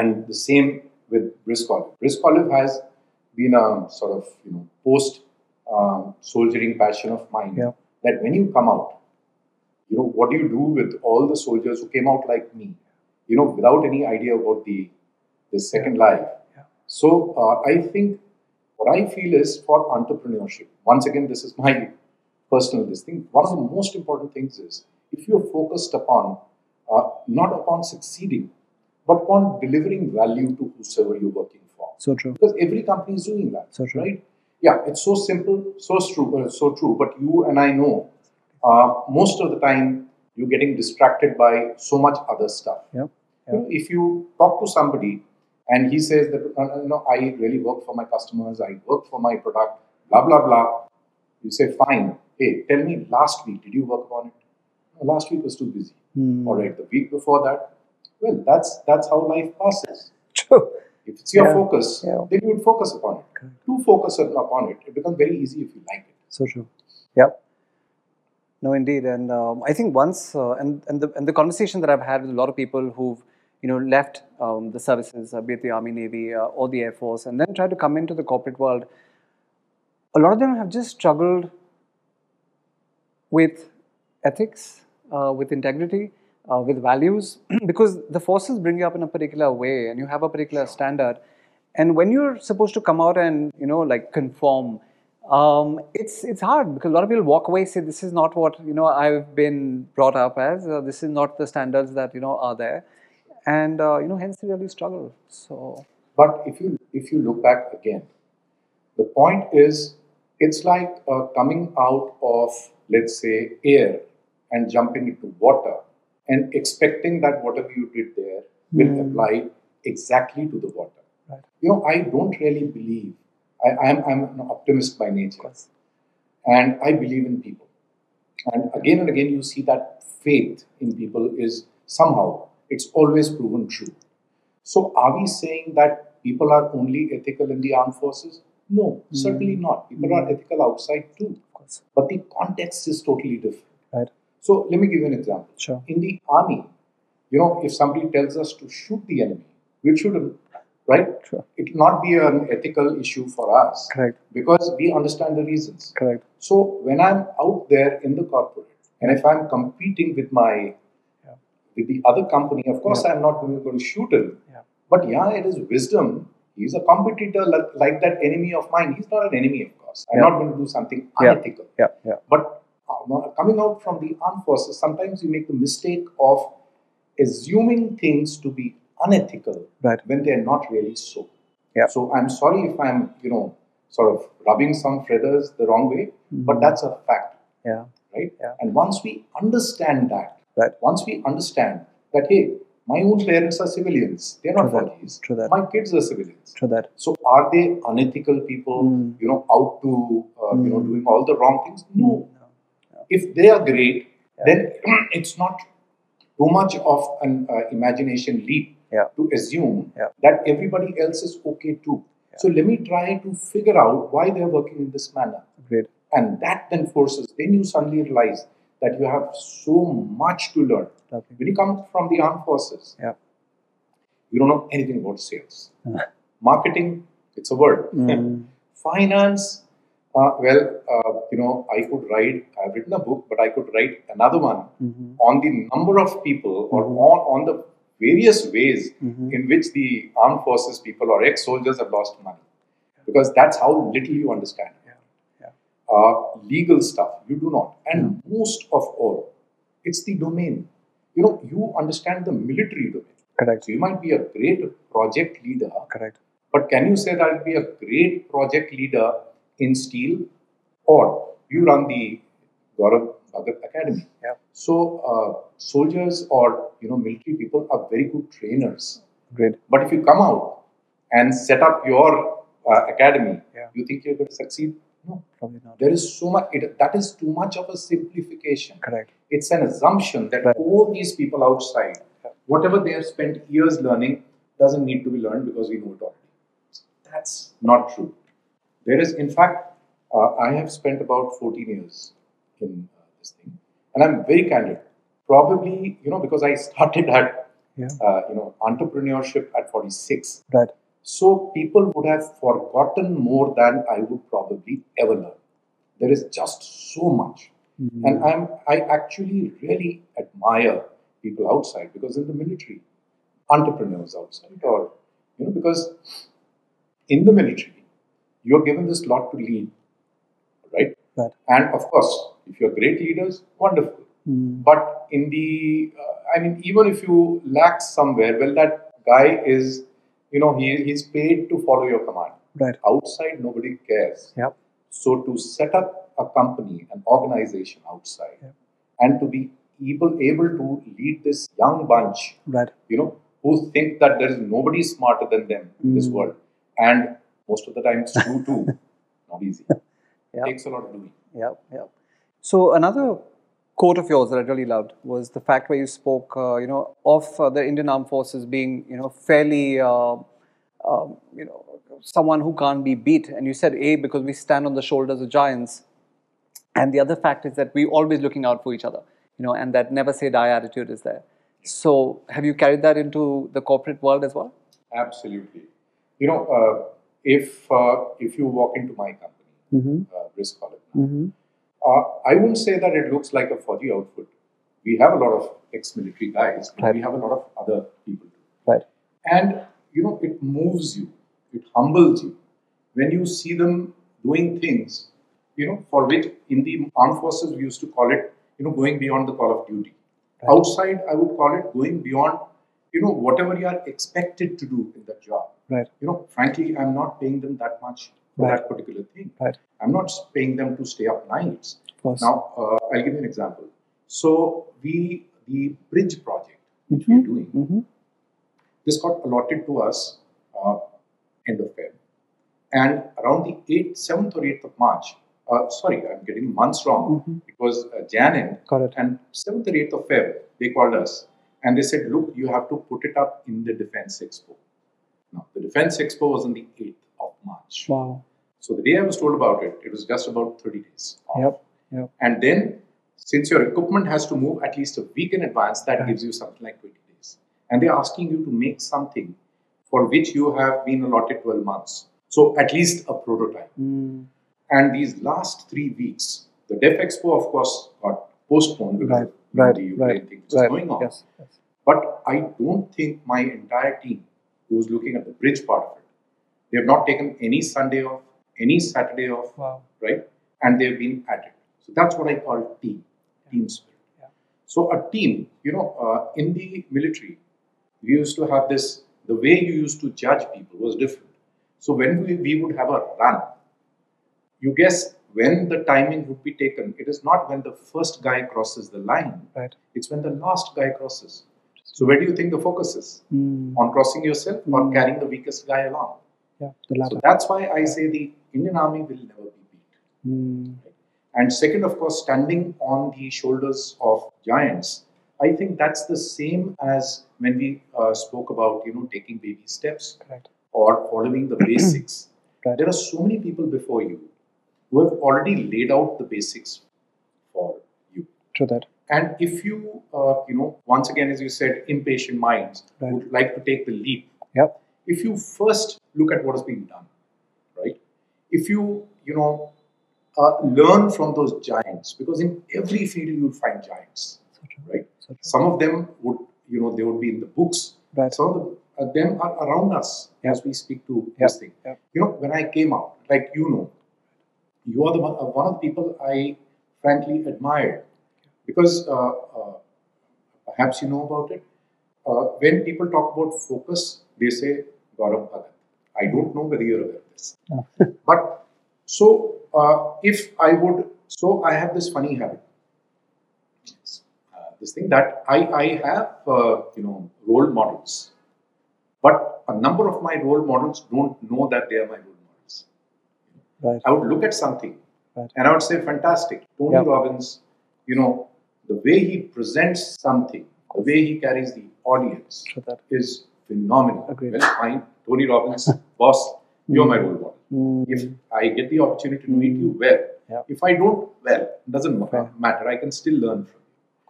Speaker 3: And the same with Brisk Olive. Brisk Olive has been a sort of you know post-soldiering passion of mine.
Speaker 1: Yeah.
Speaker 3: That when you come out, you know what do you do with all the soldiers who came out like me? You know, without any idea about the the second life.
Speaker 1: Yeah.
Speaker 3: So uh, I think what I feel is for entrepreneurship. Once again, this is my personal this thing. One of the most important things is if you are focused upon uh, not upon succeeding, but upon delivering value to whosoever you're working for.
Speaker 1: So true.
Speaker 3: Because every company is doing that,
Speaker 1: So true.
Speaker 3: right? Yeah, it's so simple, so true, uh, so true. But you and I know, uh, most of the time you're getting distracted by so much other stuff.
Speaker 1: Yep.
Speaker 3: You know, if you talk to somebody and he says that "No, no, no, I really work for my customers, I work for my product, blah blah blah, you say fine. Hey, tell me last week did you work on it? "No, last week was too busy.
Speaker 1: Mm.
Speaker 3: All right, the week before that. Well, that's that's how life passes.
Speaker 1: True.
Speaker 3: If it's your
Speaker 1: Yeah.
Speaker 3: focus,
Speaker 1: Yeah.
Speaker 3: then you would focus upon it.
Speaker 1: Correct.
Speaker 3: To focus upon it, it becomes very easy if you like it.
Speaker 1: So true. Yep. No, indeed, and um, I think once uh, and and the and the conversation that I've had with a lot of people who've you know left um, the services, uh, be it the army, navy, uh, or the air force, and then tried to come into the corporate world. A lot of them have just struggled with ethics, uh, with integrity, uh, with values, because the forces bring you up in a particular way, and you have a particular standard. And when you're supposed to come out and you know like conform, um, it's it's hard because a lot of people walk away say this is not what you know I've been brought up as. Uh, this is not the standards that you know are there, and uh, you know hence they really struggle. So
Speaker 3: But if you if you look back again, the point is it's like uh, coming out of let's say air and jumping into water and expecting that whatever you did there will
Speaker 1: Mm.
Speaker 3: apply exactly to the water.
Speaker 1: Right.
Speaker 3: You know, I don't really believe. I, I'm, I'm an optimist by nature. and I believe in people. And again and again, you see that faith in people is somehow it's always proven true. So, are we saying that people are only ethical in the armed forces? No,
Speaker 1: Mm.
Speaker 3: certainly not. People
Speaker 1: Mm.
Speaker 3: are ethical outside too,
Speaker 1: of course,
Speaker 3: but the context is totally different.
Speaker 1: Right.
Speaker 3: So, let me give you an example.
Speaker 1: sure,
Speaker 3: In the army, you know, if somebody tells us to shoot the enemy, we shouldn't, right?
Speaker 1: Sure.
Speaker 3: It will not be an ethical issue for us
Speaker 1: correct,
Speaker 3: because we understand the reasons.
Speaker 1: correct,
Speaker 3: So when I'm out there in the corporate, and if I'm competing with my
Speaker 1: Yeah.
Speaker 3: with the other company, of course I'm not going, going to shoot him.
Speaker 1: Yeah.
Speaker 3: But yeah, it is wisdom. He's a competitor like, like that enemy of mine. He's not an enemy, of course. I'm
Speaker 1: Yeah.
Speaker 3: not going to do something
Speaker 1: Yeah.
Speaker 3: unethical.
Speaker 1: yeah, yeah,
Speaker 3: But uh, coming out from the armed forces, sometimes you make the mistake of assuming things to be unethical
Speaker 1: right,
Speaker 3: when they're not really so.
Speaker 1: Yeah.
Speaker 3: So I'm sorry if I'm, you know, sort of rubbing some
Speaker 4: Mm-hmm.
Speaker 3: feathers the wrong way, but
Speaker 1: Mhm.
Speaker 3: that's a fact,
Speaker 1: yeah,
Speaker 3: right?
Speaker 1: Yeah.
Speaker 3: And once we understand that,
Speaker 4: Right.
Speaker 3: Once we understand that, hey, my own parents are civilians, they're not
Speaker 4: True that,
Speaker 3: Fujis.
Speaker 4: true that.
Speaker 3: My kids are civilians.
Speaker 4: True that.
Speaker 3: So are they unethical people,
Speaker 4: Mm.
Speaker 3: you know, out to, uh, you know,
Speaker 4: Mm.
Speaker 3: doing all the wrong things? No. If they are great,
Speaker 4: Yeah.
Speaker 3: then it's not too much of an uh, imagination leap
Speaker 4: Yeah.
Speaker 3: to assume
Speaker 4: Yeah.
Speaker 3: that everybody else is okay too. So let me try to figure out why they're working in this manner.
Speaker 4: Great.
Speaker 3: And that then forces, then you suddenly realize that you have so much to learn.
Speaker 4: Lovely.
Speaker 3: When you come from the armed forces,
Speaker 4: Yeah.
Speaker 3: you don't know anything about sales.
Speaker 4: Hmm.
Speaker 3: Marketing, it's a word.
Speaker 4: Mm.
Speaker 3: Finance, uh, well, uh, you know, I could write, I've written a book, but I could write another one
Speaker 4: Mhm.
Speaker 3: on the number of people or
Speaker 4: Mhm.
Speaker 3: on, on the various ways
Speaker 4: Mhm.
Speaker 3: in which the armed forces people or ex soldiers have lost money. Because that's how little you understand.
Speaker 4: Yeah. Hmm.
Speaker 3: Uh, legal stuff, you do not. And most of all, it's the domain. You know, you understand the military domain.
Speaker 4: Correct.
Speaker 3: So you might be a great project leader,
Speaker 4: Correct.
Speaker 3: but can you say that I'll be a great project leader in steel or you run the Gaurav Bhagat Academy?
Speaker 4: Yeah.
Speaker 3: So uh, soldiers or you know military people are very good trainers.
Speaker 4: Great.
Speaker 3: But if you come out and set up your uh, academy,
Speaker 4: Yeah.
Speaker 3: you think you're going to succeed? No.
Speaker 4: Probably not.
Speaker 3: There is so much, it, that is too much of a simplification.
Speaker 4: Correct.
Speaker 3: It's an assumption that
Speaker 4: Right.
Speaker 3: all these people outside,
Speaker 4: Yeah.
Speaker 3: whatever they have spent years learning, doesn't need to be learned because we know it already. That's not true. There is, in fact, uh, I have spent about 14 years in uh, this thing, and I'm very candid. Probably, you know, because I started at,
Speaker 4: Yeah.
Speaker 3: uh, you know, entrepreneurship at 46.
Speaker 4: Right.
Speaker 3: So people would have forgotten more than I would probably ever learn. There is just so much. And I'm I actually really admire people outside because in the military, entrepreneurs outside, or you know, because in the military, you're given this lot to lead, right?
Speaker 4: Right.
Speaker 3: And of course, if you're great leaders, wonderful.
Speaker 4: Mm.
Speaker 3: But in the, uh, I mean, even if you lack somewhere, well, that guy is, you know, he, he's paid to follow your command.
Speaker 4: Right.
Speaker 3: Outside, nobody cares.
Speaker 4: Yep.
Speaker 3: So to set up a company, an organization outside,
Speaker 4: Yep.
Speaker 3: and to be able able to lead this young bunch,
Speaker 4: Right.
Speaker 3: you know, who think that there is nobody smarter than them in this
Speaker 4: Mm.
Speaker 3: world, and most of the time it's true too. Not easy.
Speaker 4: Yep.
Speaker 3: Takes a lot of doing.
Speaker 4: Yep. Yep.
Speaker 1: So another quote of yours that I really loved was the fact where you spoke, uh, you know, of uh, the Indian Armed Forces being, you know, fairly, uh, um, you know, someone who can't be beat. And you said a because we stand on the shoulders of giants, and the other fact is that we always looking out for each other, you know, and that never say die attitude is there. So have you carried that into the corporate world as well?
Speaker 3: Absolutely. You know, uh, if uh, if you walk into my company,
Speaker 4: Mhm.
Speaker 3: uh, Brisk College,
Speaker 4: Mhm.
Speaker 3: uh, I wouldn't say that it looks like a Fauji outfit. We have a lot of ex-military guys, but
Speaker 4: Right.
Speaker 3: we have a lot of other people. too.
Speaker 4: Right.
Speaker 3: And you know, it moves you, it humbles you when you see them doing things. You know, for which in the armed forces we used to call it, you know, going beyond the call of duty. Outside, I would call it going beyond, you know, whatever you are expected to do in that job
Speaker 4: Right.
Speaker 3: you know, frankly, I'm not paying them that much for
Speaker 4: Right.
Speaker 3: that particular thing.
Speaker 4: Right.
Speaker 3: I'm not paying them to stay up nights.
Speaker 4: Of course.
Speaker 3: Now, uh, I'll give you an example. So, we the bridge project which we're doing,
Speaker 4: Mhm.
Speaker 3: this got allotted to us uh, end of Feb, and around the eighth, seventh or eighth of March. Uh, sorry, I'm getting months wrong. It was uh, Jan end,
Speaker 4: Mm-hmm. Got it.
Speaker 3: and seventh or eighth of Feb, they called us and they said, "Look, you have to put it up in the Defense Expo." Now, the Defense Expo was on the 8th of March.
Speaker 4: Wow.
Speaker 3: So the day I was told about it, it was just about 30 days. off.
Speaker 4: Yep. Yep.
Speaker 3: And then, since your equipment has to move at least a week in advance, that
Speaker 4: Right.
Speaker 3: gives you something like 20 days. And they're asking you to make something for which you have been allotted 12 months. So at least a prototype.
Speaker 4: Mm.
Speaker 3: And these last three weeks, the Def Expo, of course, got postponed because
Speaker 4: Right.
Speaker 3: of
Speaker 4: Right.
Speaker 3: the Ukraine
Speaker 4: Right.
Speaker 3: thing which
Speaker 4: Right.
Speaker 3: is going on.
Speaker 4: Yes. yes.
Speaker 3: But I don't think my entire team, who's looking at the bridge part of it, they have not taken any Sunday off, any Saturday off,
Speaker 4: Wow.
Speaker 3: right? And they've been at it. So that's what I call team, team spirit.
Speaker 4: Yeah.
Speaker 3: So a team, you know, uh, in the military, we used to have this. The way you used to judge people was different. So when we, we would have a run, you guess when the timing would be taken. It is not when the first guy crosses the line,
Speaker 1: Right.
Speaker 3: it's when the last guy crosses. So, where do you think the focus is?
Speaker 1: Mm.
Speaker 3: On crossing yourself or
Speaker 1: Mm.
Speaker 3: carrying the weakest guy along?
Speaker 1: Yeah, the
Speaker 3: So,
Speaker 1: latter.
Speaker 3: that's why I say the Indian Army will never be beat.
Speaker 1: Mm.
Speaker 3: And second, of course, standing on the shoulders of giants. I think that's the same as when we uh, spoke about, you know, taking baby steps
Speaker 1: Correct.
Speaker 3: or following the basics.
Speaker 1: Right.
Speaker 3: There are so many people before you who have already laid out the basics for you.
Speaker 1: True that.
Speaker 3: And if you, uh, you know, once again, as you said, impatient minds
Speaker 1: Right.
Speaker 3: would like to take the leap.
Speaker 1: Yep.
Speaker 3: If you first look at what has been done, right? If you, you know, uh, learn from those giants, because in every field you'll find giants,
Speaker 1: So true.
Speaker 3: right?
Speaker 1: So true.
Speaker 3: Some of them would, you know, they would be in the books.
Speaker 1: Right.
Speaker 3: Some of the, uh, them are around us as we speak to this thing.
Speaker 1: Yep.
Speaker 3: You know, when I came out, like you know, you are the one, uh, one of the people I frankly admire because uh, uh, perhaps you know about it. Uh, when people talk about focus, they say Gaurav Bhagat. I don't know whether you're aware of this, but so uh, if I would, so I have this funny habit. Uh, this thing that I, I have, uh, you know, role models, but a number of my role models don't know that they are my role models.
Speaker 1: Right.
Speaker 3: I would look at something
Speaker 1: Right.
Speaker 3: and I would say, fantastic, Tony
Speaker 1: Yeah.
Speaker 3: Robbins, you know, the way he presents something, the way he carries the audience
Speaker 1: True that.
Speaker 3: is phenomenal.
Speaker 1: Agreed.
Speaker 3: Well, fine, Tony Robbins, boss, you're my role model.
Speaker 1: Mm.
Speaker 3: If I get the opportunity to meet you, well.
Speaker 1: Yeah.
Speaker 3: If I don't, well, doesn't ma-
Speaker 1: Fair.
Speaker 3: matter. I can still learn from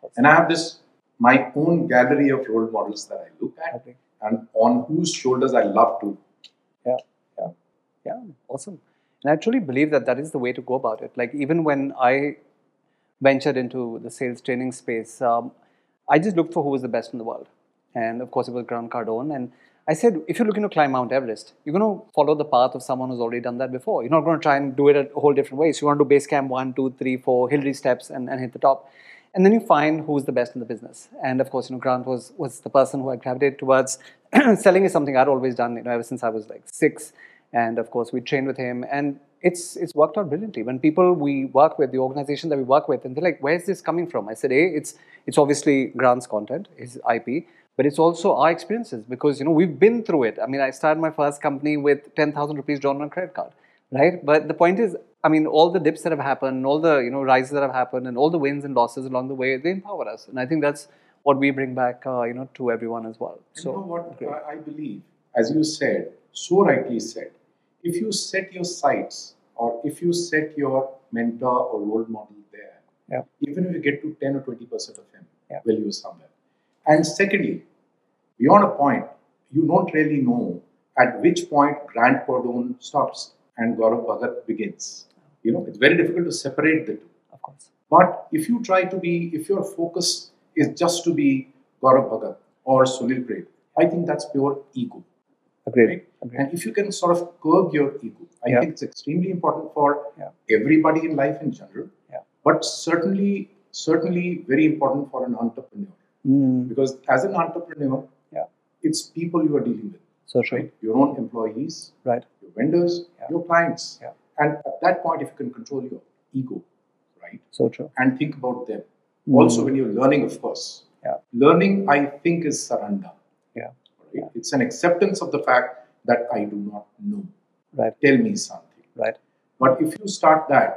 Speaker 3: you. And I have this my own gallery of role models that I look at
Speaker 1: Agree.
Speaker 3: and on whose shoulders I love to.
Speaker 1: Yeah, yeah, yeah. Awesome. And I truly believe that that is the way to go about it. Like even when I ventured into the sales training space, um, I just looked for who was the best in the world, and of course it was Grant Cardone. And I said, if you're looking to climb Mount Everest, you're going to follow the path of someone who's already done that before. You're not going to try and do it a whole different way. So you want to do base camp one, two, three, four, Hillary steps, and, and hit the top. And then you find who's the best in the business. And of course, you know, Grant was was the person who I gravitated towards. Selling is something I'd always done, you know, ever since I was like six. And of course, we trained with him, and it's it's worked out brilliantly. When people we work with, the organization that we work with, and they're like, "Where's this coming from?" I said, "A, it's it's obviously Grant's content, his IP, but it's also our experiences because you know we've been through it. I mean, I started my first company with ten thousand rupees drawn on a credit card, right? But the point is, I mean, all the dips that have happened, all the you know rises that have happened, and all the wins and losses along the way, they empower us, and I think that's what we bring back, uh, you know, to everyone as well.
Speaker 3: And
Speaker 1: So
Speaker 3: you know what
Speaker 1: great.
Speaker 3: I, I believe, as you said, so rightly said, if you set your sights or if you set your mentor or role model there,
Speaker 1: Yeah.
Speaker 3: even if you get to 10 or 20% of him,
Speaker 1: Yeah.
Speaker 3: will you somewhere? And secondly, beyond a point, you don't really know at which point Grant Cardone stops and Gaurav Bhagat begins. You know, it's very difficult to separate the two.
Speaker 1: of course,
Speaker 3: But if you try to be, if your focus is just to be Gaurav Bhagat or Sunil Prem, I think that's pure ego.
Speaker 1: agreed.
Speaker 3: Right?
Speaker 1: agreed.
Speaker 3: And if you can sort of curb your ego, I
Speaker 1: Yeah.
Speaker 3: think it's extremely important for
Speaker 1: Yeah.
Speaker 3: everybody in life in general,
Speaker 1: Yeah.
Speaker 3: but certainly, certainly very important for an entrepreneur.
Speaker 1: Mm,
Speaker 3: Because as an entrepreneur,
Speaker 1: Yeah.
Speaker 3: it's people you are dealing with,
Speaker 1: so true.
Speaker 3: right? Your own employees,
Speaker 1: Right.
Speaker 3: your vendors,
Speaker 1: Yeah.
Speaker 3: your clients.
Speaker 1: Yeah.
Speaker 3: And at that point, if you can control your ego, right?
Speaker 1: So true.
Speaker 3: and think about them.
Speaker 1: Mm.
Speaker 3: Also, when you're learning, of course,
Speaker 1: Yeah.
Speaker 3: learning, I think, is surrender.
Speaker 1: Yeah.
Speaker 3: Right? It's an acceptance of the fact that I do not know.
Speaker 1: Right.
Speaker 3: Tell me something.
Speaker 1: Right.
Speaker 3: But if you start that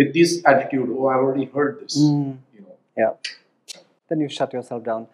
Speaker 3: with this attitude, oh, I already heard this,
Speaker 1: Mm.
Speaker 3: you know,
Speaker 1: Yeah. Then you shut yourself down.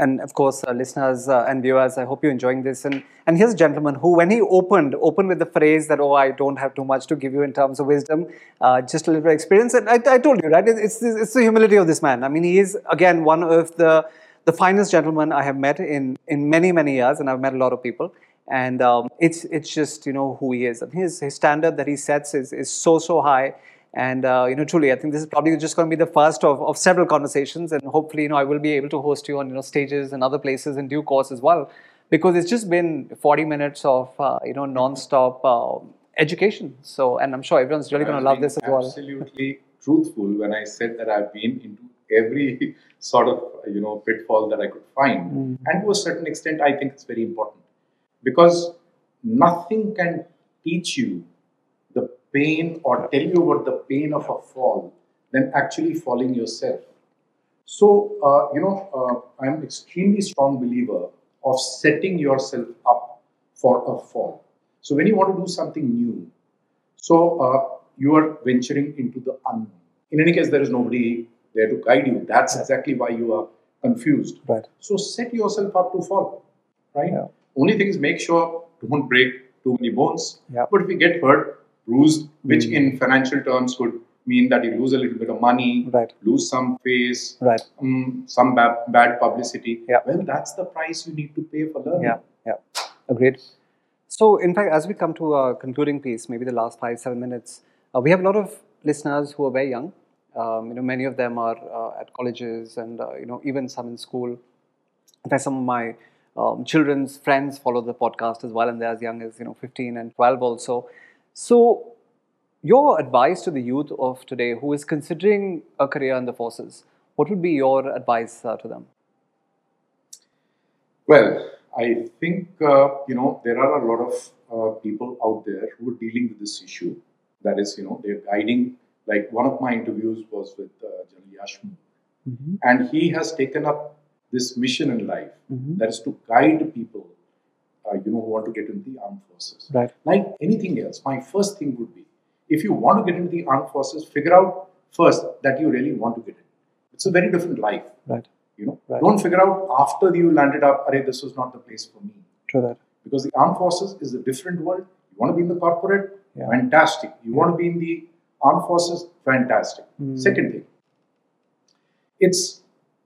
Speaker 1: And of course, uh, listeners uh, and viewers, I hope you're enjoying this. And and here's a gentleman who, when he opened, opened with the phrase that, "Oh, I don't have too much to give you in terms of wisdom, uh, just a little bit of experience." And I, I told you, right? It's, it's it's the humility of this man. I mean, he is again one of the the finest gentlemen I have met in in many many years, and I've met a lot of people. And um, it's it's just you know who he is, and his his standard that he sets is is so so high. And uh, you know, truly, I think this is probably just going to be the first of, of several conversations, and hopefully, you know, I will be able to host you on you know stages and other places in due course as well, because it's just been 40 minutes of uh, you know non-stop um education. So, and I'm sure everyone's really going
Speaker 3: I've
Speaker 1: to love
Speaker 3: been
Speaker 1: this as well.
Speaker 3: Absolutely truthful when I said that I've been into every sort of you know pitfall that I could find,
Speaker 1: Mm.
Speaker 3: and to a certain extent, I think it's very important because nothing can teach you the pain or tell you about the pain of a fall than actually falling yourself. So, uh, you know, uh, I'm extremely strong believer of setting yourself up for a fall. So, when you want to do something new, so uh, you are venturing into the unknown. In any case, there is nobody there to guide you. That's exactly why you are confused.
Speaker 1: Right.
Speaker 3: So, set yourself up to fall, right?
Speaker 1: Yeah.
Speaker 3: Only thing is make sure don't break too many bones.
Speaker 1: Yeah. Mm.
Speaker 3: But if you get hurt, bruised, which in financial terms could mean that you lose a little bit of money,
Speaker 1: Right.
Speaker 3: lose some face,
Speaker 1: Right.
Speaker 3: um, some ba- bad publicity.
Speaker 1: Yeah.
Speaker 3: Well, that's the price you need to pay for learning.
Speaker 1: Yeah, yeah, agreed. So, in fact, as we come to our concluding piece, maybe the last five, seven minutes, uh, we have a lot of listeners who are very young. Um, you know, many of them are uh, at colleges, and uh, you know, even some in school. In fact, some of my um, children's friends follow the podcast as well, and they're as young as you know, 15 and 12 also. So, your advice to the youth of today who is considering a career in the forces, what would be your advice uh, to them?
Speaker 3: Well, I think uh, you know there are a lot of uh, people out there who are dealing with this issue. That is, you know, they're guiding. Like one of my interviews was with uh, General Yashmo, and he has taken up this mission in life that is to guide people, uh, you know, who want to get into the armed forces.
Speaker 1: Right.
Speaker 3: Like anything else, my first thing would be if you want to get into the armed forces, figure out first that you really want to get in. It's a very different life,
Speaker 1: Right.
Speaker 3: you know.
Speaker 1: Right.
Speaker 3: Don't figure out after you landed up, "Arey, this was not the place for me.
Speaker 1: True that.
Speaker 3: Because the armed forces is a different world. You want to be in the corporate?
Speaker 1: Yeah.
Speaker 3: Fantastic. You want to be in the armed forces? Fantastic.
Speaker 1: Hmm.
Speaker 3: Second thing, it's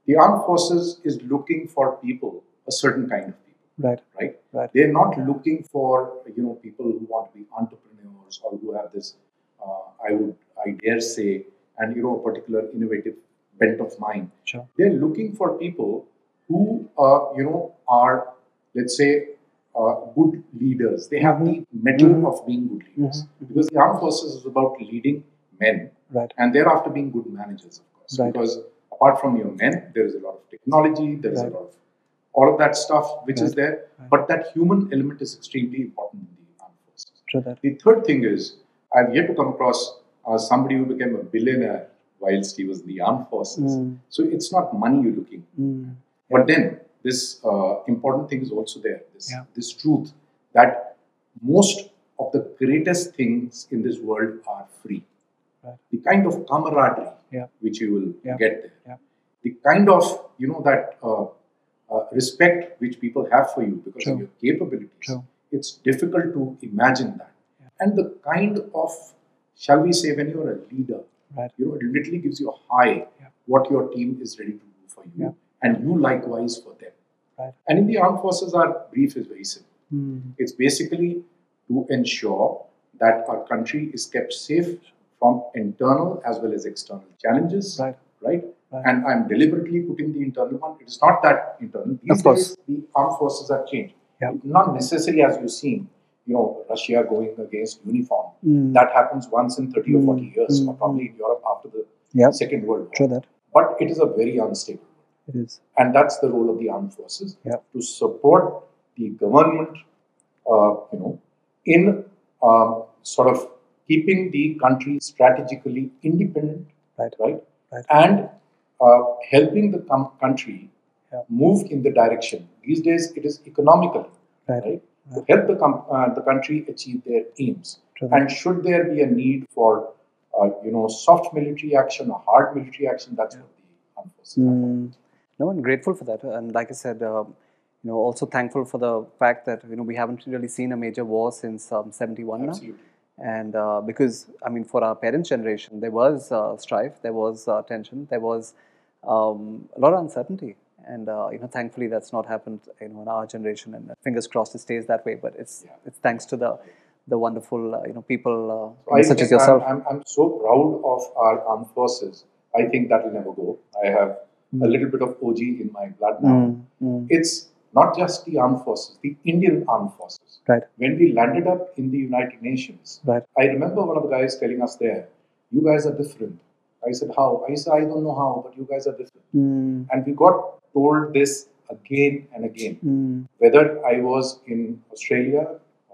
Speaker 3: the armed forces is looking for people, a certain kind of people,
Speaker 1: Right.
Speaker 3: right?
Speaker 1: Right.
Speaker 3: They're not looking for you know people who want to be entrepreneurs or who have this, uh, I would, I dare say, and you know a particular innovative bent of mind.
Speaker 1: Sure.
Speaker 3: They're looking for people who uh, you know are, let's say, uh, good leaders. They have
Speaker 1: Mm-hmm.
Speaker 3: the metal of being good leaders because the armed forces is about leading men
Speaker 1: Right.
Speaker 3: and thereafter being good managers, of course.
Speaker 1: Right.
Speaker 3: Because apart from your men, there is a lot of technology, there is
Speaker 1: Right.
Speaker 3: a lot of all of that stuff which is
Speaker 1: Right.
Speaker 3: there, but that human element is extremely important in the armed forces.
Speaker 1: True that.
Speaker 3: The third thing is, I've yet to come across uh, somebody who became a billionaire whilst he was in the armed forces.
Speaker 1: Mm.
Speaker 3: So it's not money you're looking.
Speaker 1: Mm.
Speaker 3: But then this uh, important thing is also there. This
Speaker 1: Yeah.
Speaker 3: this truth that most of the greatest things in this world are free.
Speaker 1: Right.
Speaker 3: The kind of camaraderie
Speaker 1: Yeah.
Speaker 3: which you will
Speaker 1: Yeah.
Speaker 3: get there.
Speaker 1: Yeah.
Speaker 3: The kind of you know that uh, uh, respect which people have for you because of
Speaker 1: True.
Speaker 3: your capabilities.
Speaker 1: True.
Speaker 3: It's difficult to imagine that. And the kind of shall we say when you're a leader
Speaker 1: Right.
Speaker 3: you know, it literally gives you a high
Speaker 1: Yeah.
Speaker 3: what your team is ready to do for you,
Speaker 1: Yeah.
Speaker 3: and you likewise for them.
Speaker 1: Right.
Speaker 3: And in the armed forces, our brief is very simple.
Speaker 1: Mm.
Speaker 3: It's basically to ensure that our country is kept safe from internal as well as external challenges.
Speaker 1: Right.
Speaker 3: Right.
Speaker 1: Right.
Speaker 3: And I'm deliberately putting the internal one. It is not that internal. These
Speaker 1: Of course.
Speaker 3: days, the armed forces are changed.
Speaker 1: Yeah.
Speaker 3: Not necessarily as you've seen, you know, Russia going against uniform.
Speaker 1: Mm.
Speaker 3: That happens once in 30 or 40
Speaker 1: Mm.
Speaker 3: years, or
Speaker 1: Mm.
Speaker 3: probably in Europe after the
Speaker 1: Yeah.
Speaker 3: Second World War.
Speaker 1: True that.
Speaker 3: But it is a very unstable world.
Speaker 1: It is.
Speaker 3: And that's the role of the armed forces
Speaker 1: Yeah.
Speaker 3: to support the government, uh, you know, in um, sort of keeping the country strategically independent,
Speaker 1: Right.
Speaker 3: right,
Speaker 1: Right.
Speaker 3: and uh, helping the com- country
Speaker 1: Yeah.
Speaker 3: move in the direction. These days, it is economical,
Speaker 1: Right.
Speaker 3: to help the com- uh, the country achieve their aims.
Speaker 1: True.
Speaker 3: And should there be a need for, uh, you know, soft military action or hard military action, that's what the armed forces are.
Speaker 1: Mm. No, I'm grateful for that, and like I said, uh, you know, also thankful for the fact that you know we haven't really seen a major war since um, '71 now.
Speaker 3: Absolutely.
Speaker 1: and uh, because I mean, for our parents' generation, there was uh, strife, there was uh, tension, there was um, a lot of uncertainty, and uh, you know, thankfully, that's not happened you know in our generation, and uh, fingers crossed it stays that way. But it's
Speaker 3: Yeah.
Speaker 1: it's thanks to the the wonderful uh, you know people uh,
Speaker 3: So I
Speaker 1: such as
Speaker 3: think I'm-
Speaker 1: yourself.
Speaker 3: I'm, I'm, so proud of our armed forces. I think that will never go. I have
Speaker 1: Hmm.
Speaker 3: a little bit of OG in my blood now.
Speaker 1: Mm, mm.
Speaker 3: It's not just the armed forces, the Indian armed forces.
Speaker 1: Right,
Speaker 3: When we landed up in the United Nations,
Speaker 1: right,
Speaker 3: I remember one of the guys telling us there, you guys are different. I said, how? I said, I don't know how, but you guys are different.
Speaker 1: mm,
Speaker 3: And we got told this again and again.
Speaker 1: mm,
Speaker 3: Whether I was in Australia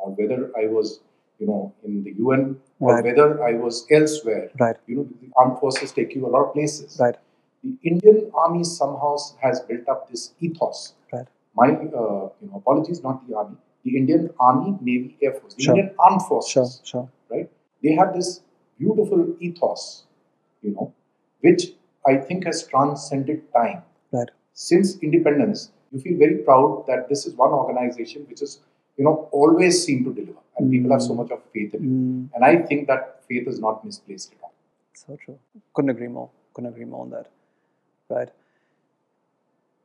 Speaker 3: or whether I was you know, in the UN
Speaker 1: Right.
Speaker 3: or whether I was elsewhere.
Speaker 1: Right.
Speaker 3: You know, the armed forces take you a lot of places.
Speaker 1: Right.
Speaker 3: The Indian army somehow has built up this ethos.
Speaker 1: Right.
Speaker 3: My uh, you know, apologies, not the army. The Indian Army, Navy, Air Force, the
Speaker 1: Sure.
Speaker 3: Indian Armed Forces
Speaker 1: Sure, sure.
Speaker 3: right? They have this beautiful ethos, you know, which I think has transcended time.
Speaker 1: Right.
Speaker 3: Since independence, you feel very proud that this is one organization which is, you know, always seem to deliver, and people have so much of faith in it.
Speaker 1: Mm,
Speaker 3: And I think that faith is not misplaced at all.
Speaker 1: so true. Couldn't agree more. Couldn't agree more on that. Right.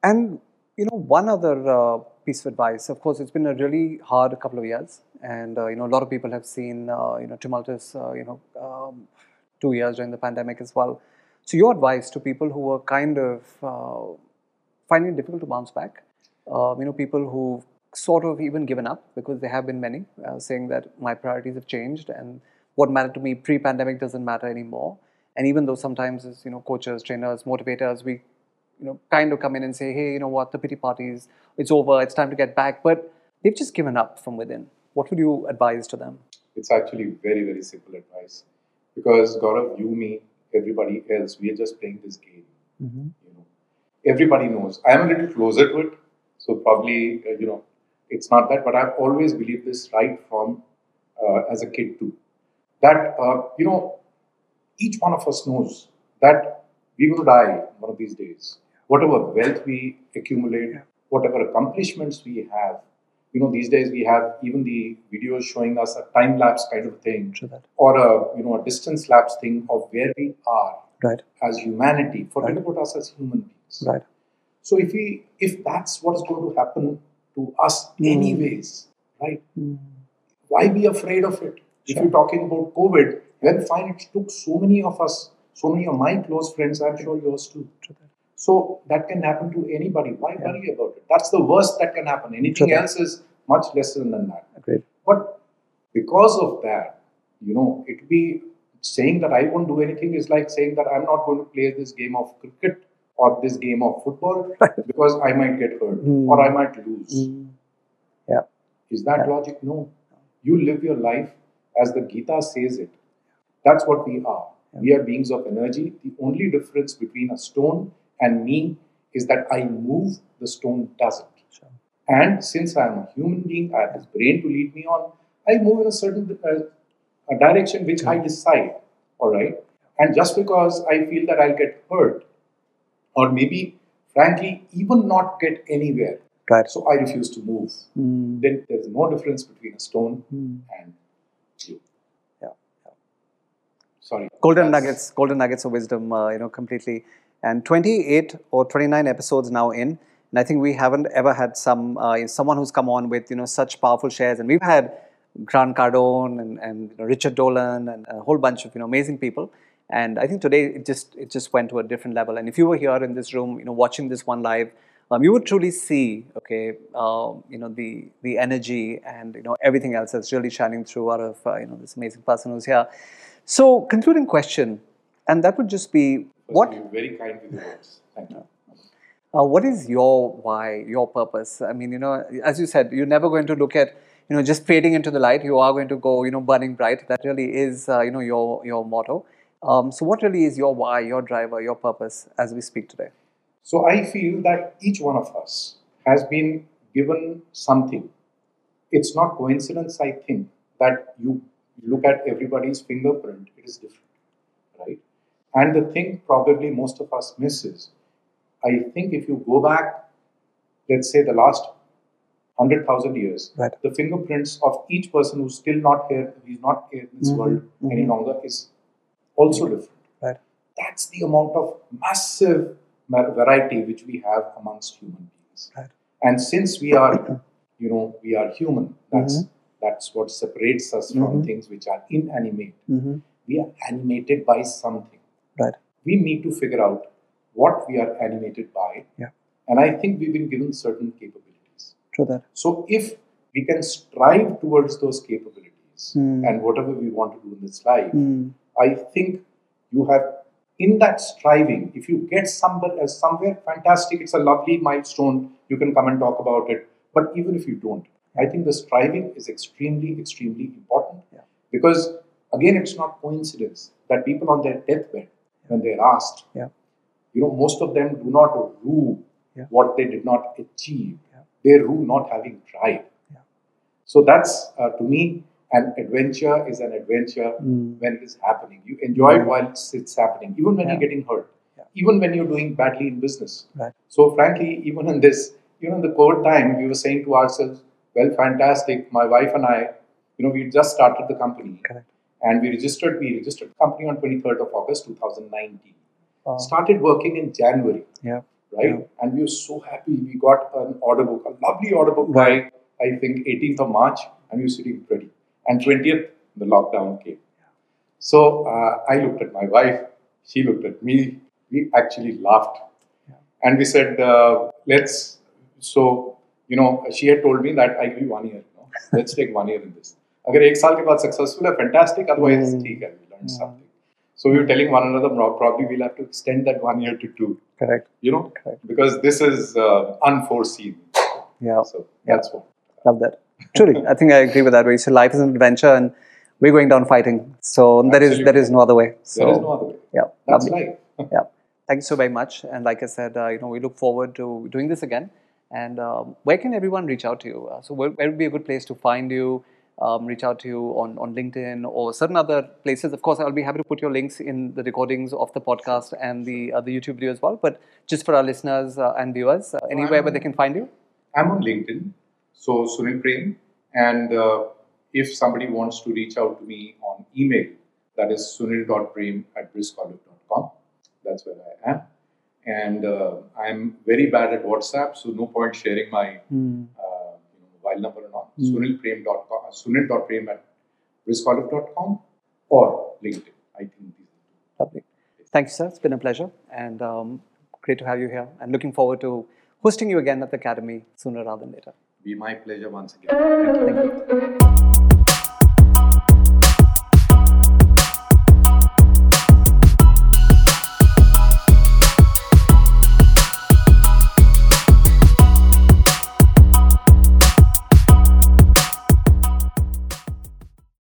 Speaker 1: And, you know, one other uh, piece of advice, of course, it's been a really hard couple of years. And, uh, you know, a lot of people have seen, uh, you know, tumultuous, uh, you know, um, two years during the pandemic as well. So, your advice to people who are kind of uh, finding it difficult to bounce back, uh, you know, people who've sort of even given up because there have been many uh, saying that my priorities have changed and what mattered to me pre pandemic doesn't matter anymore. And even though sometimes, as you know, coaches, trainers, motivators, we you know, kind of come in and say, hey, you know what, the pity parties, it's over, it's time to get back. But they've just given up from within. What would you advise to them?
Speaker 3: It's actually very, very simple advice. Because Gaurav, you, me, everybody else, we are just playing this game. you know everybody knows i am a little closer to it so probably uh, you know it's not that but i've always believed this right from uh, as a kid too that uh, you know each one of us knows that we're going to die one of these days whatever wealth we accumulate whatever accomplishments we have you know these days we have even the videos showing us a time lapse kind of thing
Speaker 1: True that.
Speaker 3: or a you know a distance lapse thing of where we are
Speaker 1: Right,
Speaker 3: as humanity, forget
Speaker 1: Right.
Speaker 3: about us as human beings.
Speaker 1: right.
Speaker 3: So if we if that's what is going to happen to us
Speaker 1: Mm.
Speaker 3: anyways, right?
Speaker 1: Hmm.
Speaker 3: Why be afraid of it? If you're talking about COVID, well, fine, it took so many of us, so many of my close friends, I'm sure yours too.
Speaker 1: True that.
Speaker 3: So that can happen to anybody. Why worry about it? That's the worst that can happen. Anything
Speaker 1: True that.
Speaker 3: else is much lesser than that.
Speaker 1: Agreed.
Speaker 3: But because of that, you know, it be saying that I won't do anything is like saying that I'm not going to play this game of cricket or this game of football because I might get hurt
Speaker 1: Hmm.
Speaker 3: or I might lose.
Speaker 1: Yeah,
Speaker 3: Is that logic? No. You live your life as the Gita says it. That's what we are. We are beings of energy. The only difference between a stone and me is that I move, the stone doesn't.
Speaker 1: sure.
Speaker 3: And since I am a human being, I have this brain to lead me on. I move in a certain uh, a direction which I decide. All right. And just because I feel that I'll get hurt, or maybe, frankly, even not get anywhere,
Speaker 1: Right.
Speaker 3: so I refuse to move.
Speaker 1: Mm.
Speaker 3: Then there is no difference between a stone
Speaker 1: Mm.
Speaker 3: and you.
Speaker 1: Yeah,
Speaker 3: Sorry.
Speaker 1: golden
Speaker 3: That's-
Speaker 1: nuggets golden nuggets of wisdom uh, you know completely and 28 or 29 episodes now in and i think we haven't ever had some uh, someone who's come on with you know such powerful shares and we've had grant cardone and, and you know, richard dolan and a whole bunch of you know amazing people and i think today it just it just went to a different level and if you were here in this room you know watching this one live um, you would truly see, okay, um, you know, the the energy and you know everything else that's really shining through out of uh, you know this amazing person who's here. So, concluding question, and that would just be what
Speaker 3: You're very kind with your words. Thank you.
Speaker 1: uh, what is your why, your purpose? I mean, you know, as you said, you're never going to look at you know just fading into the light. You are going to go, you know, burning bright. That really is uh, you know your your motto. Um, so, what really is your why, your driver, your purpose as we speak today?
Speaker 3: So I feel that each one of us has been given something. It's not coincidence, I think, that you look at everybody's fingerprint, it is different, right? And the thing probably most of us misses. I think if you go back, let's say the last 100,000 years,
Speaker 1: Right.
Speaker 3: the fingerprints of each person who's still not here, who's not here in this world any longer, is also different
Speaker 1: Mm-hmm. Right.
Speaker 3: that's the amount of massive ma- variety which we have amongst human beings
Speaker 1: Right.
Speaker 3: and since we are you know we are human that's that's what separates us from things which are inanimate
Speaker 1: Mm-hmm.
Speaker 3: we are animated by something
Speaker 1: Right.
Speaker 3: we need to figure out what we are animated by
Speaker 1: Yeah.
Speaker 3: and i think we've been given certain capabilities
Speaker 1: True that.
Speaker 3: so if we can strive towards those capabilities
Speaker 1: Mm.
Speaker 3: and whatever we want to do in this life
Speaker 1: Mm.
Speaker 3: I think you have in that striving, if you get somewhere uh, somewhere fantastic, it's a lovely milestone. You can come and talk about it. But even if you don't, I think the striving is extremely, extremely important.
Speaker 1: Yeah.
Speaker 3: Because again, it's not coincidence that people on their deathbed, when they're asked,
Speaker 1: Yeah.
Speaker 3: you know, most of them do not rue
Speaker 1: Yeah.
Speaker 3: what they did not achieve.
Speaker 1: Yeah.
Speaker 3: They rue not having tried.
Speaker 1: Yeah.
Speaker 3: So that's uh, to me an adventure is an adventure
Speaker 1: Mm.
Speaker 3: when it is happening. You enjoy it while it's, it's happening, even when
Speaker 1: Hmm. Yeah.
Speaker 3: you're getting hurt,
Speaker 1: Yeah.
Speaker 3: even when you're doing badly in business.
Speaker 1: Right.
Speaker 3: So frankly, even in this, you know, in the COVID time, we were saying to ourselves, "Well, fantastic! My wife and I, you know, we just started the company,
Speaker 1: Correct.
Speaker 3: and we registered. We registered the company on 23rd of August 2019.
Speaker 1: Wow.
Speaker 3: Started working in January,
Speaker 1: Yeah.
Speaker 3: right? And we were so happy. We got an order book, a lovely order book by I think 18th of March, and we were sitting pretty. And 20th, the lockdown came. So uh, I looked at my wife. She looked at me. We actually laughed, and we said, uh, "Let's." So you know, she had told me that I give you one year. You know, let's take one year in this. अगर एक साल के बाद successful है fantastic otherwise
Speaker 1: Hmm.
Speaker 3: ठीक है we learned
Speaker 1: Hmm.
Speaker 3: something so we were telling one another "Prob- probably we'll have to extend that one year to two
Speaker 1: Correct.
Speaker 3: you know
Speaker 1: Correct.
Speaker 3: because this is uh, unforeseen
Speaker 1: Yeah.
Speaker 3: so that's what
Speaker 1: Love that. Truly, I think I agree with that. Way. So life is an adventure, and we're going down fighting. So there is there is no other way. So um,
Speaker 3: there is no other way
Speaker 1: yeah,
Speaker 3: that's
Speaker 1: lovely.
Speaker 3: life
Speaker 1: Yeah. Thank you so very much. And like I said, uh, you know, we look forward to doing this again. And um, where can everyone reach out to you? Uh, so where, where would be a good place to find you? Um, reach out to you on, on LinkedIn or certain other places. Of course, I'll be happy to put your links in the recordings of the podcast and the uh, the YouTube video as well. But just for our listeners uh, and viewers, uh, anywhere where they can find you.
Speaker 3: I'm on LinkedIn, so Sunil Prem. And uh, if somebody wants to reach out to me on email, that is sunil.prem at briskolive.com. That's where I am. And uh, I'm very bad at WhatsApp, so no point sharing my
Speaker 1: Hmm.
Speaker 3: uh, you know, mobile number and all.
Speaker 1: Mm.
Speaker 3: Sunilprem.com, uh, sunil.prem at briskolive.com or LinkedIn. I think these are
Speaker 1: Lovely. Thank you, sir. It's been a pleasure and um, great to have you here. And looking forward to hosting you again at the Academy sooner rather than later.
Speaker 3: be my pleasure once again. Thank you.
Speaker 1: Thank you.